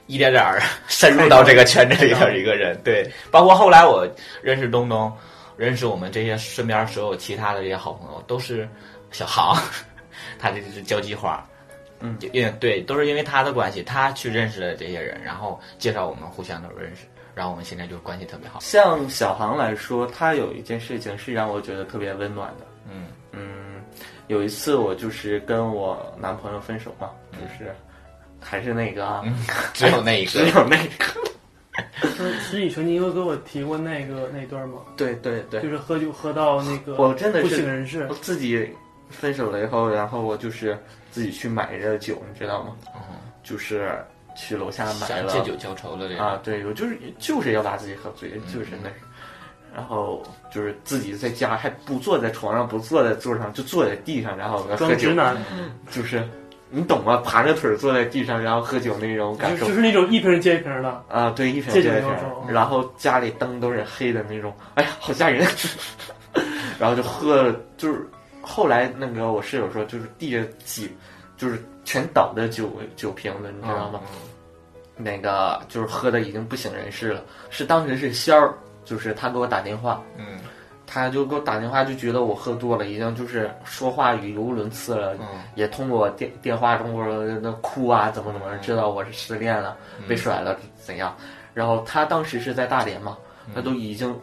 一点点儿 深入到这个圈子里的一个人，对。包括后来我认识东东，认识我们这些身边所有其他的这些好朋友，都是小航， 他这是交际花。
嗯
也，也对，都是因为他的关系，他去认识了这些人，然后介绍我们互相都认识，然后我们现在就是关系特别 好。
像小航来说，他有一件事情是让我觉得特别温暖的。
嗯
嗯，有一次我就是跟我男朋友分手嘛，就是还是那个啊，
只有那一
只
个，
有那个，
是是你曾经有跟我提过那个那段吗？
对对对，
就是喝酒喝到那个
我真的
不
是
省人事
我，自己分手了以后，然后我就是自己去买热酒，你知道吗？
嗯，
就是去楼下买
想
了
借酒浇愁的这种。
啊，对，我就是就是要把自己喝醉，就是那是。然后就是自己在家还不坐在床上，不坐在桌上，就坐在地上，然后喝
装
酒
直，男，
就是你懂吗？爬着腿儿坐在地上，然后喝酒那种感
就
受
就是那种一瓶接一瓶的，
啊，对，一瓶
借
接
酒
一
浇
瓶
愁，
然后家里灯都是黑的那种，哎呀，好吓人。 然后就喝了，就是后来那个我室友说，就是地下几，就是全倒的酒酒瓶子，你知道吗？那个就是喝的已经不省人事了，是当时是仙儿，就是他给我打电话，
嗯
他就给我打电话，就觉得我喝多了，已经就是说话语无伦次了，
嗯
也通过电电话中国那哭啊，怎么怎么知道我是失恋了，被甩了怎样？然后他当时是在大连嘛，他都已经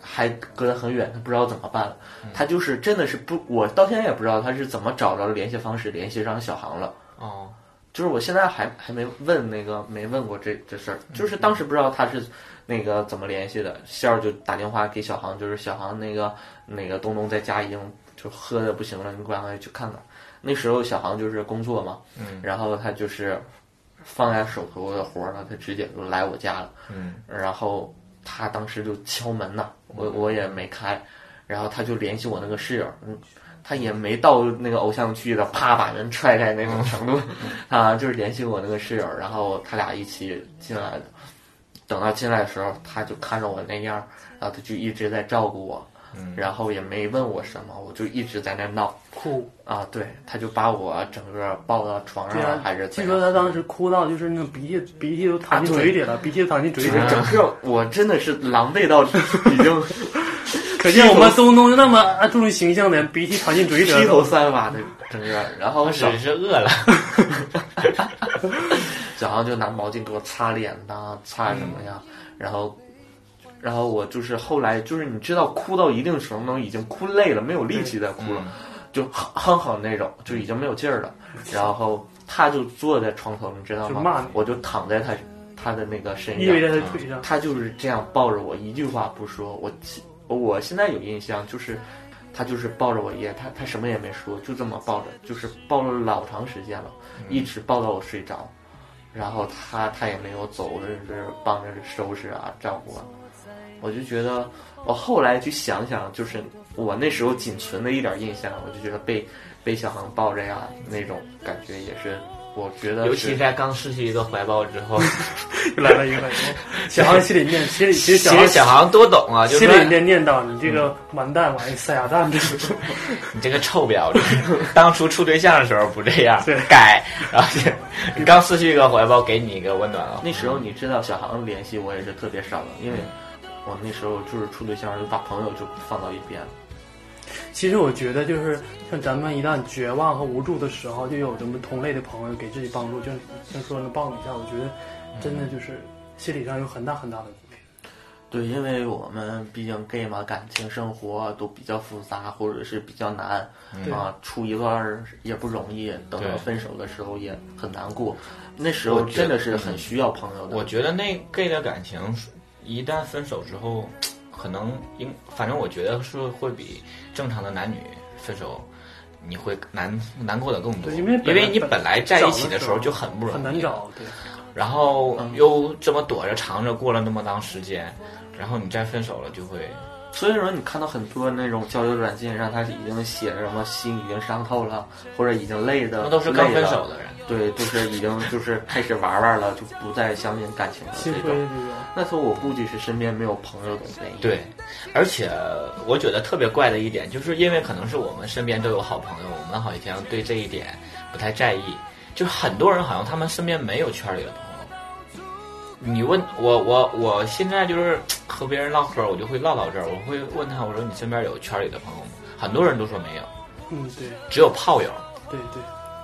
还隔得很远，他不知道怎么办了。他就是真的是不，我到现在也不知道他是怎么找着联系方式联系上小航了。
哦，
就是我现在还还没问那个没问过这这事儿，就是当时不知道他是那个怎么联系的，仙儿就打电话给小航，就是小航那个那个东东在家已经就喝的不行了，你赶快去看看。那时候小航就是工作嘛，
嗯
然后他就是放下手头的活儿了，他直接就来我家了，
嗯
然后他当时就敲门呐，我我也没开，然后他就联系我那个室友，嗯，他也没到那个偶像剧的啪把人踹开那种程度，
嗯
啊，就是联系我那个室友，然后他俩一起进来的。等到进来的时候，他就看着我那样儿，然后他就一直在照顾我，
嗯
然后也没问我什么，我就一直在那闹
哭。
啊。对，他就把我整个抱到床
对
上了
啊
还是，怎样？
据说他当时哭到就是那种鼻涕鼻涕都淌进
啊对
嘴里了，鼻涕都淌进嘴
就
里
是
了。
整个我真的是狼狈到已经
可见我们东东那么啊注重形象的人，鼻涕淌进嘴里
披头
了。
散发的整个，然后
啊
我
小
只是饿了。
小航就拿毛巾给我擦脸呐、擦什么呀，
嗯
然后，然后我就是后来就是你知道哭到一定程度已经哭累了，没有力气再哭
嗯
了，就哼哼哼那种，就已经没有劲儿了，然后他就坐在床头，你知道
嗯就骂
吗
你？
我就躺在他他的那个身
依偎
上，
在他腿上，
他就是这样抱着我，一句话不说，我记我现在有印象就是。他就是抱着我爷，他他什么也没说，就这么抱着，就是抱了老长时间了，
嗯
一直抱到我睡着，然后他他也没有走，就是帮着收拾啊，照顾啊。我就觉得，我后来去想想，就是我那时候仅存的一点印象，我就觉得被被小航抱着呀那种感觉，也是我觉得
尤
是
其在刚失去一个怀抱之
嗯
后，
又来了一个 感觉。小航心里念，心里其实
其
小航
实小航多懂啊，就
心
是
里
说嗯
念念叨：“你这个完蛋，玩意塞牙蛋，这是
你这个臭婊子，当初处对象的时候不 这样
对，
改，然后就你刚失去一个怀抱，给你一个温暖了。
那时候你知道小航联系我也是特别少的，因为我那时候就是处对象，就把朋友就放到一边了。
其实我觉得，就是像咱们一旦绝望和无助的时候，就有咱们同类的朋友给自己帮助，就像说能帮你一下，我觉得真的就是心理上有很大很大的鼓励。
对，因为我们毕竟 gay 嘛，感情生活都比较复杂，或者是比较难、啊，处一段儿也不容易，等到
嗯对
分手的时候也很难过。那时候真的是很需要朋友的。
嗯我觉得那 gay 的感情，一旦分手之后，可能应反正我觉得是会比正常的男女分手，你会难难过的更多，
对因
因
为本来
你本来在一起的时
找的
候
时候
就很不容易，啊
很难找，嗯对，
然后又这么躲着藏着过了那么长时间，然后你再分手了就会，
所以说，你看到很多那种交友软件上，他已经写着什么心已经伤透了，或者已经累的，
那都是刚
累了
分手的人，
对，就是已经就是开始玩玩了，就不再相信感情了这
心灰
种。
这个。
那时候我估计是身边没有朋友的原因。
对，而且我觉得特别怪的一点，就是因为可能是我们身边都有好朋友，我们好像对这一点不太在意。就是很多人好像他们身边没有圈里的朋友。你问我，我我现在就是和别人唠嗑，我就会唠到这儿，我会问他，我说你身边有圈里的朋友吗？很多人都说没有，
嗯，对
只有炮友。
对对，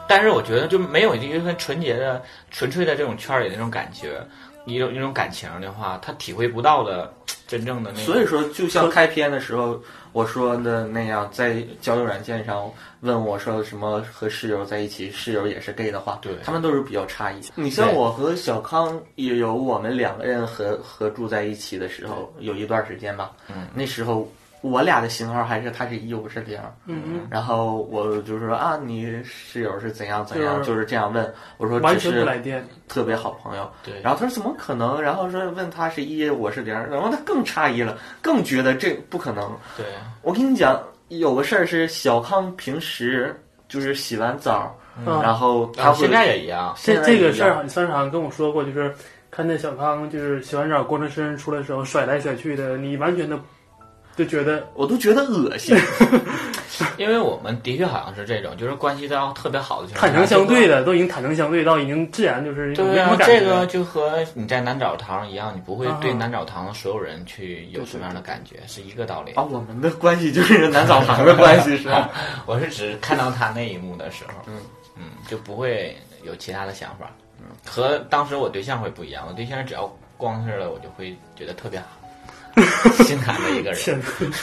但是我觉得就没有一份纯洁的、纯粹的这种圈儿里的那种感觉，一种一种感情的话，他体会不到的真正的那个。
所以说，就像开篇的时候我说的那样，在交友软件上问我说什么和室友在一起，室友也是 gay 的话，
对
他们都是比较差异。你像
对
我和小康也有我们两个人合合住在一起的时候，有一段时间吧，
嗯
那时候。我俩的型号还是他是一，我是零，
嗯
然后我就说啊，你室友是怎样怎样，
就是
就是这样问。我说
嗯，完
只
全不来
是
电，
特别好朋友，
对，
然后他说怎么可能？然后说问他是一，我是零，然后他更诧异了，更觉得这不可能。
对，
我跟你讲，有个事儿是小康平时就是洗完澡，
嗯
然后他
然后
会
现在也一样。
这
现在
这个
一样
事儿，三好像跟我说过，就是看见小康就是洗完澡光着身出来的时候甩来甩去的，你完全的就觉得
我都觉得恶心。
因为我们的确好像是这种，就是关系到特别好的情
坦
况下
诚相对。
就
的，都已经坦诚相对到已经自然就是
啊对
没什
啊
么，感
这
觉
个
了。
就和你在南澡堂一样，你不会
啊
对南澡堂的所有人去有
对
什么样的感觉，是一个道理
哦
啊，。我们的关系就是男澡堂的关系是吧？
我是指看到他那一幕的时候，嗯嗯，就不会有其他的想法。嗯，和当时我对象会不一样，我对象只要光是了，我就会觉得特别好， 心寒的一个
天
人。
哪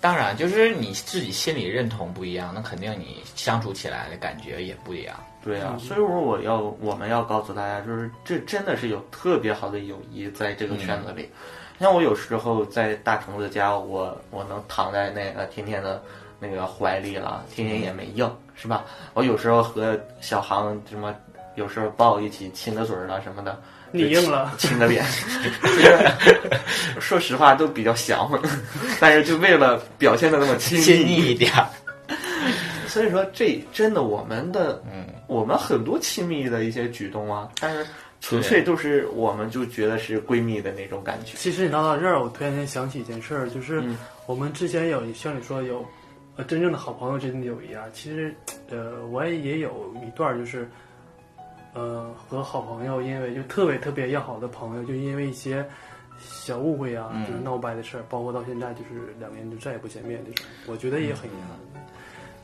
当然，就是你自己心里认同不一样，那肯定你相处起来的感觉也不一样。
对
嗯
啊，所以说我要我们要告诉大家，就是这真的是有特别好的友谊在这个圈子里。
嗯
像我有时候在大橙子家，我我能躺在那个天天的那个怀里了，天天也没硬，是吧？我有时候和小航什么，有时候抱一起亲个嘴儿了什么的，
你硬了，
亲 个脸， 就是说实话都比较想我，但是就为了表现的那么
嗯
亲
亲密一点儿，
所以说，这真的我们的，
嗯，
我们很多亲密的一些举动啊，但是纯粹都是我们就觉得是闺蜜的那种感觉。
其实你唠到这儿，我突然间想起一件事儿，就是
嗯
我们之前有像你说有，呃，真正的好朋友之间的友谊啊，其实，呃，我也有一段儿就是，呃，和好朋友因为就特别特别要好的朋友，就因为一些小误会啊，就是闹掰的事儿，包括到现在就是两个人就再也不见面这种，我觉得也很遗憾。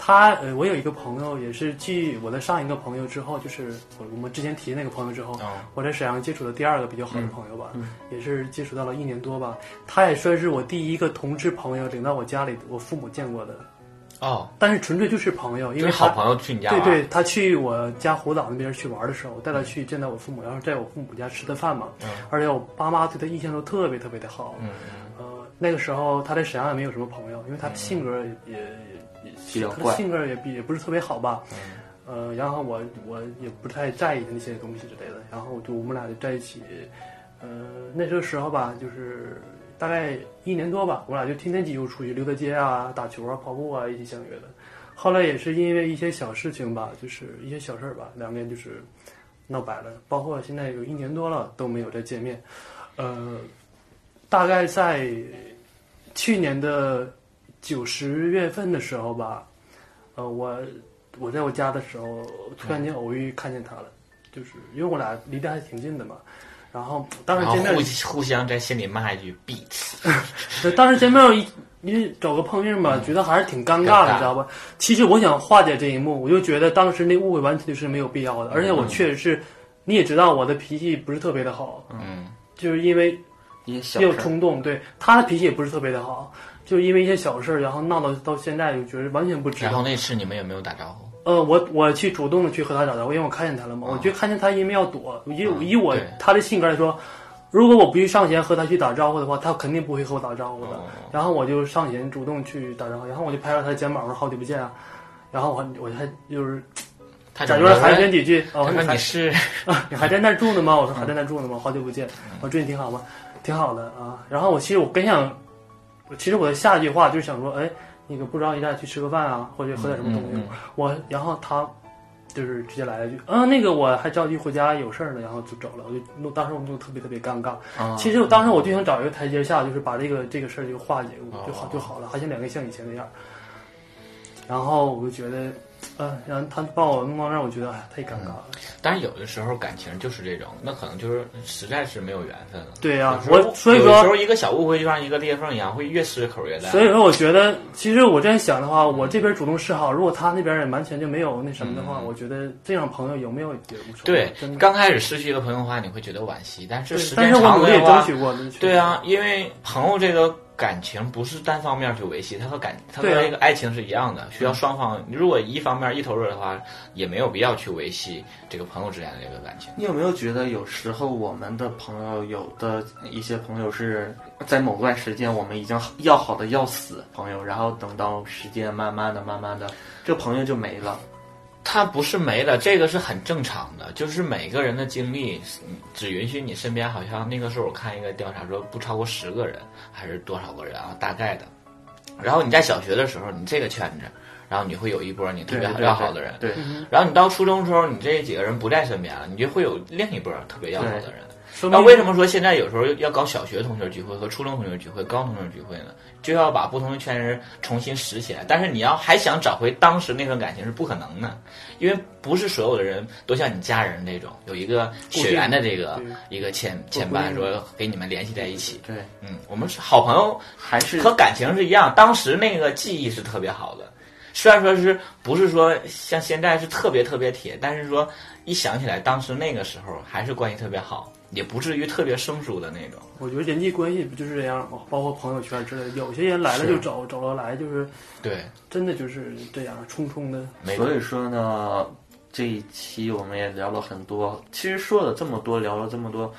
他呃，我有一个朋友，也是继我的上一个朋友之后，就是我我们之前提的那个朋友之后，
嗯，
我在沈阳接触的第二个比较好的朋友吧，
嗯
也是接触到了一年多吧。他也算是我第一个同志朋友，领到我家里，我父母见过的。
哦，
但是纯粹就是朋友，因
因
为
为
他
好朋友去你家
对
玩，
对，他去我家虎岛那边去玩的时候，我带他去见到我父母，然后在我父母家吃的饭嘛。
嗯
而且我爸妈对他印象都特别特别的好。
嗯，
呃，那个时候他在沈阳也没有什么朋友，因为他的性格也、也也
比较
他的
怪嗯
性格也比也不是特别好吧。呃，然后我我也不太在意那些东西之类的，然后我就我们俩就在一起，呃，那时候时候吧，就是大概一年多吧，我俩就天天几乎出去溜达街啊、打球啊、跑步啊，一起相约的。后来也是因为一些小事情吧，就是一些小事儿吧，两个人就是闹掰了，包括现在有一年多了都没有再见面。呃，大概在去年的九十月份的时候吧，呃，我我在我家的时候，突然间偶遇看见他了，就是因为我俩离得还挺近的嘛。然后当
然
时
后
见面
互互相在心里骂一句 “bitch”，
对，当时见面一因为找个碰面嘛，觉得还是挺尴尬
嗯尴
的，
尬
你知道吧？其实我想化解这一幕，我就觉得当时那误会完全是没有必要
嗯
的，而且我确实是，你也知道我的脾气不是特别的好，
嗯，
就是因为
一些小
也有
事儿，
冲动，对他的脾气也不是特别的好，就是因为一些小事儿，然后闹到到现在，就觉得完全不值
然后
得。
那次你们有没有打招呼？
呃，我我去主动的去和他打招呼，因为我看见他了嘛，我就看见他因为要躲，以我以我
啊嗯对
他的性格来说，如果我不去上前和他去打招呼的话，他肯定不会和我打招呼的
哦。
然后我就上前主动去打招呼，然后我就拍了他的肩膀，我说好久不见啊。然后我还我还就是
他
假
怎
如
么
说
了
寒暄几句，哦，
他
你
说
还
你是
啊你还在那儿住呢吗？我说还在那儿住呢吗？好久不见，我说最近挺好吗？挺好的啊。然后我其实我更想，我其实我的下一句话就是想说，哎，那个不知道一起去吃个饭啊，或者喝点什么东西。
嗯嗯
我然后他就是直接来了一句，嗯，那个我还着急回家有事儿呢，然后就走了。我就弄当时我就特别特别尴尬。
啊
其实我当时我就想找一个台阶下，就是把这个这个事儿就化解
哦
就好就好了，还像两个像以前那样。然后我就觉得，呃，然后他把我弄到那儿，我觉得哎太尴尬了。
但是有的时候感情就是这种，那可能就是实在是没有缘分了。
对呀、
有时候
我所以
有时候
说，
一个小误会就像一个裂缝一样，会越吃口越烂。
所以说，我觉得其实我这样想的话，我这边主动示好，如果他那边也完全就没有那什么的话，
嗯
我觉得这样朋友有没有也无所谓
对。
真，的。
刚开始失去一个朋友的话，你会觉得惋惜，但是
对
时
但
间
是我
长
努
了
力也
的
争
话，
取过的。确实
对啊，，因为朋友这个感情不是单方面去维系，它和感它和
对啊嗯
这个爱情是一样的，需要双方。如果一方面一头热的话，也没有必要去维系这个朋友之间的这个感情。
你有没有觉得有时候我们的朋友，有的一些朋友是在某段时间我们已经要好的要死朋友，然后等到时间慢慢的、慢慢的，这朋友就没了。
它不是没了，这个是很正常的，就是每个人的经历嗯只允许你身边好像那个时候我看一个调查说不超过十个人还是多少个人啊，大概的。然后你在小学的时候，你这个圈子，然后你会有一波你特别要好的人，
对，
然后你到初中之后，你这几个人不在身边了，你就会有另一波特别要好的人。
说
那
啊
明
为什么说现在有时候要搞小学同学聚会和初中同学聚会、高中同学聚会呢？就要把不同的圈人重新拾起来。但是你要还想找回当时那份感情是不可能的，因为不是所有的人都像你家人这种有一个血缘的这个
固定
一个牵牵
固
绊，
定
说给你们联系在一起。
对，
嗯，我们是好朋友
还是
和感情是一样，当时那个记忆是特别好的，虽然说是不是说像现在是特别特别铁，但是说一想起来当时那个时候还是关系特别好，也不至于特别生疏的那种。
我觉得人际关系不就是这样吗？包括朋友圈之类的，有些人来了
是
就走，走了来就是
对，
真的就是这样，冲冲的。
没
所以说呢，这一期我们也聊了很多。其实说了这么多，聊了这么多，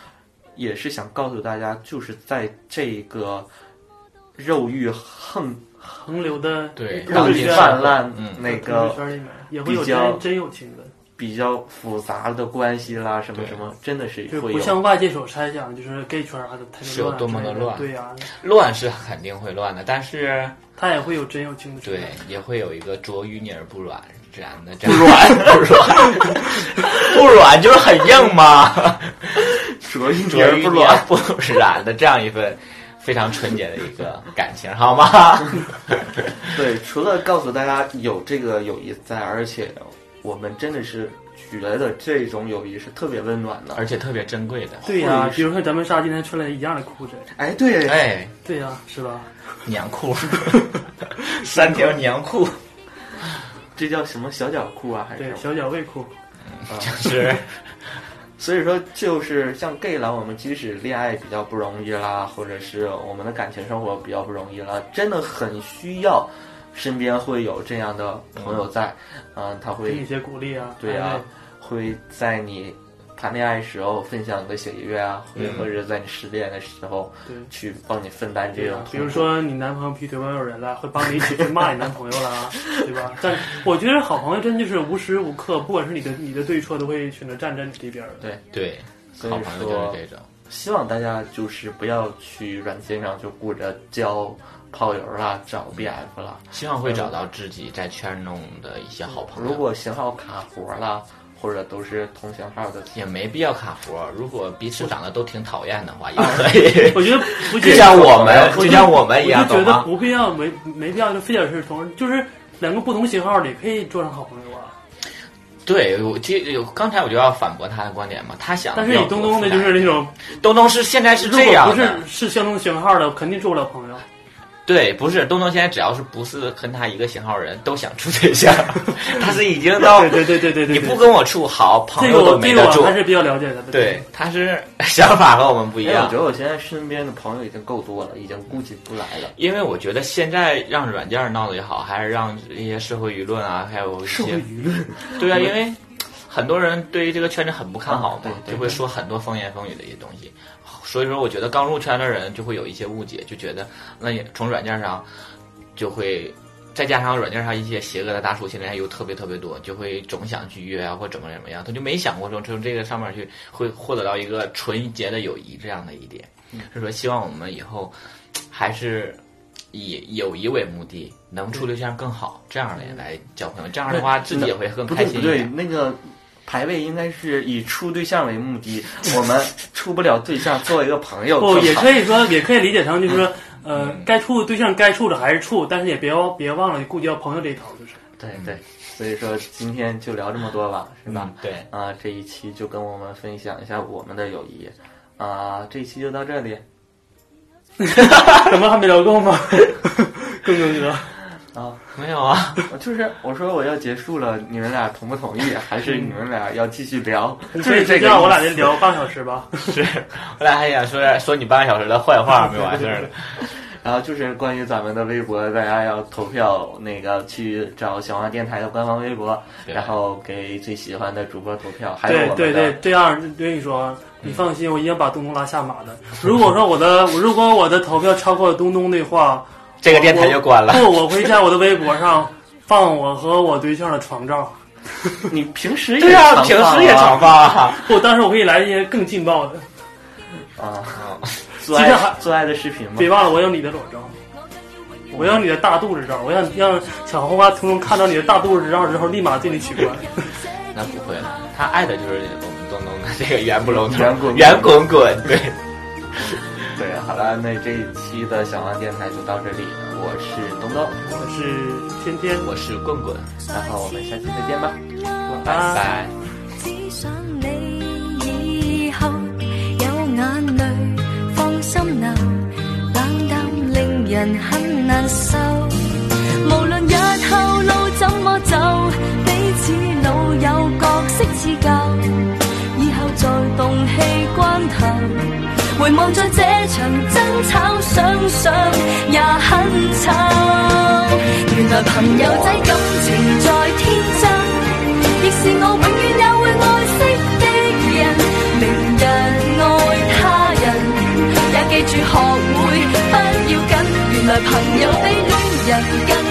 也是想告诉大家，就是在这个肉欲横
横流的
对
朋
当
友
肉
然
欲
圈
泛滥
嗯
那
朋友
个
圈里面也会有
比较
真真有情人，
比较复杂的关系啦，什么
对
什么，真的是
就是
会
不
有。
像外界所猜想，就是 gay 圈啊，他
是有多么的乱
对呀、啊
乱是肯定会乱的，但是
他也会有真有情的存
对
在。
也会有一个卓于你而不软。这样的，这样的不软， 不软就是很硬嘛，
折一
卓
折
于
不
你
乱
而。不软的这样一份非常纯洁的一个感情，好 吗？
对，除了告诉大家有这个友谊在，而且我们真的是觉得这种友谊是特别温暖的。
而且特别珍贵的。
对呀、
或者是
比如说咱们仨今天穿了一样的裤子，
哎，对，
哎，
对呀、是吧？
娘裤，三条娘裤，
这叫什么小脚裤啊，还是
对，
什么？
小脚胃裤，
是
所以说，就是像 gay 啦，我们即使恋爱比较不容易啦，或者是我们的感情生活比较不容易啦，真的很需要身边会有这样的朋友在，嗯、他
给你一
会
些鼓励啊。
对
安
啊
慰，
会在你谈恋爱时候分享你的喜悦啊，会
嗯
或者在你失恋的时候
对
去帮你分担这
对
种
啊，
痛苦。
比如说你男朋友劈腿外有人了，会帮你一起去骂你男朋友 啦，对吧？但我觉得好朋友真就是无时无刻，不管是你的你的对错，都会选择站在你这边儿的。
对
对，
所以
好朋友就
说
是这种。
希望大家就是不要去软件上就顾着交炮友啦、找
嗯
BF 啦。
希望会找到自己在圈中的一些好朋友。
如果型号卡活啦，或者都是同型号的，
也没必要卡活，如果彼此长得都挺讨厌的话，也可 以。
啊我觉得不
就
仅
像我们，
我
就
就
像我们一样，
我就
懂
觉得
吗？
不必要，没没必要就非得是同，就是两个不同型号的也可以做成好朋友啊。
对，我其实刚才我就要反驳他的观点嘛，他想要
但是
多复杂，
你东东的就是那种，
东东是现在是
如果
这样
不
的
是，是相同型号的，肯定做不了朋友。
对，不是东东现在只要是不是跟他一个型号人都想处 对象，他是已经到
对对对对对对，
你不跟我处好，朋
这
友
个
都
我
没
这
得
个我
处
还。是比较了解的。
对，他是 想法和我们不一
因为哎我
样
觉，得我现在身边的朋友已经够多了，已经顾及不来了。
因为我觉得现在让软件闹得也好，还是让一些社会舆论啊，还有一
社会
些
舆论，
对啊，因为很多人对于这个圈子很不看好
啊对
嘛，
对
就会说很多风言风语的一些东西。所以说，我觉得刚入圈的人就会有一些误解，就觉得那也从软件上就会。再加上软件上一些邪恶的大叔，现在又特别特别多，就会总想去约啊，或怎么怎么样，他就没想过说从这个上面去会获得到一个纯洁的友谊这样的一点。所以说，希望我们以后还是以友谊为目的，能处对象更好，这样的来交朋友，这样的话自己也会更
不
开
对
心
不
一点
对，。那个排位应该是以处对象为目的，我们处不了对象，做一个朋友
不
更
也
好
可以说也可以理解成就是说，
嗯
呃，该处对象该处的还是处，但是也别忘别忘了顾及到朋友这一头，就是。
对对，所以说今天就聊这么多吧，是吧？
嗯对，
啊、这一期就跟我们分享一下我们的友谊，啊、这一期就到这 里，
怎么还没聊够吗？更更哥，
没有啊，
我就是我说我要结束了，你们俩同不同意？还是你们俩要继续 聊？就
所以
是这个
让我俩
意思
就聊半个小时吧。
是我俩还想说说你半个小时的坏话，没完事 儿了。
然后就是关于咱们的微博，大家要投票，那个去找小王电台的官方微博，
对
然后给最喜欢的主播投票，还有
对
我们的嗯
对对，这样跟你说，你放心，我一定把东东拉下马的。如果说我的，如果我的投票超过了东东的话，
这个电台就关了。
不，我会在我的微博上放我和我对象的床照。
你平时也
对啊，
常
平
放
时也常放啊。
不，当时我可以来一些更劲爆的。
啊，
嗯
做
其实还
爱做爱的视频嘛
别，忘了，我有你的裸照，我有你的大肚子照，我想让小红花从中看到你的大肚子照之后，立马对你取关。
那不会了，他爱的就是我们东东的这个圆不隆咚、
圆滚滚
圆滚滚。对，
对，好了，那这一期的小王电台就到这里，我是东东，
我是天天，
我是棍棍，
然后我们下期再见吧。
晚
拜
安。
拜。
只想你以后有眼泪，放心流，冷淡令人很难受。无论日后路怎么走，彼此老友角色似旧，以后在動氣關頭，回望在這場爭吵，想想也很臭。原來朋友仔感情在天真。亦是我永遠也會愛惜的人。明日愛他人，也記住學會不要緊。原來朋友比戀人更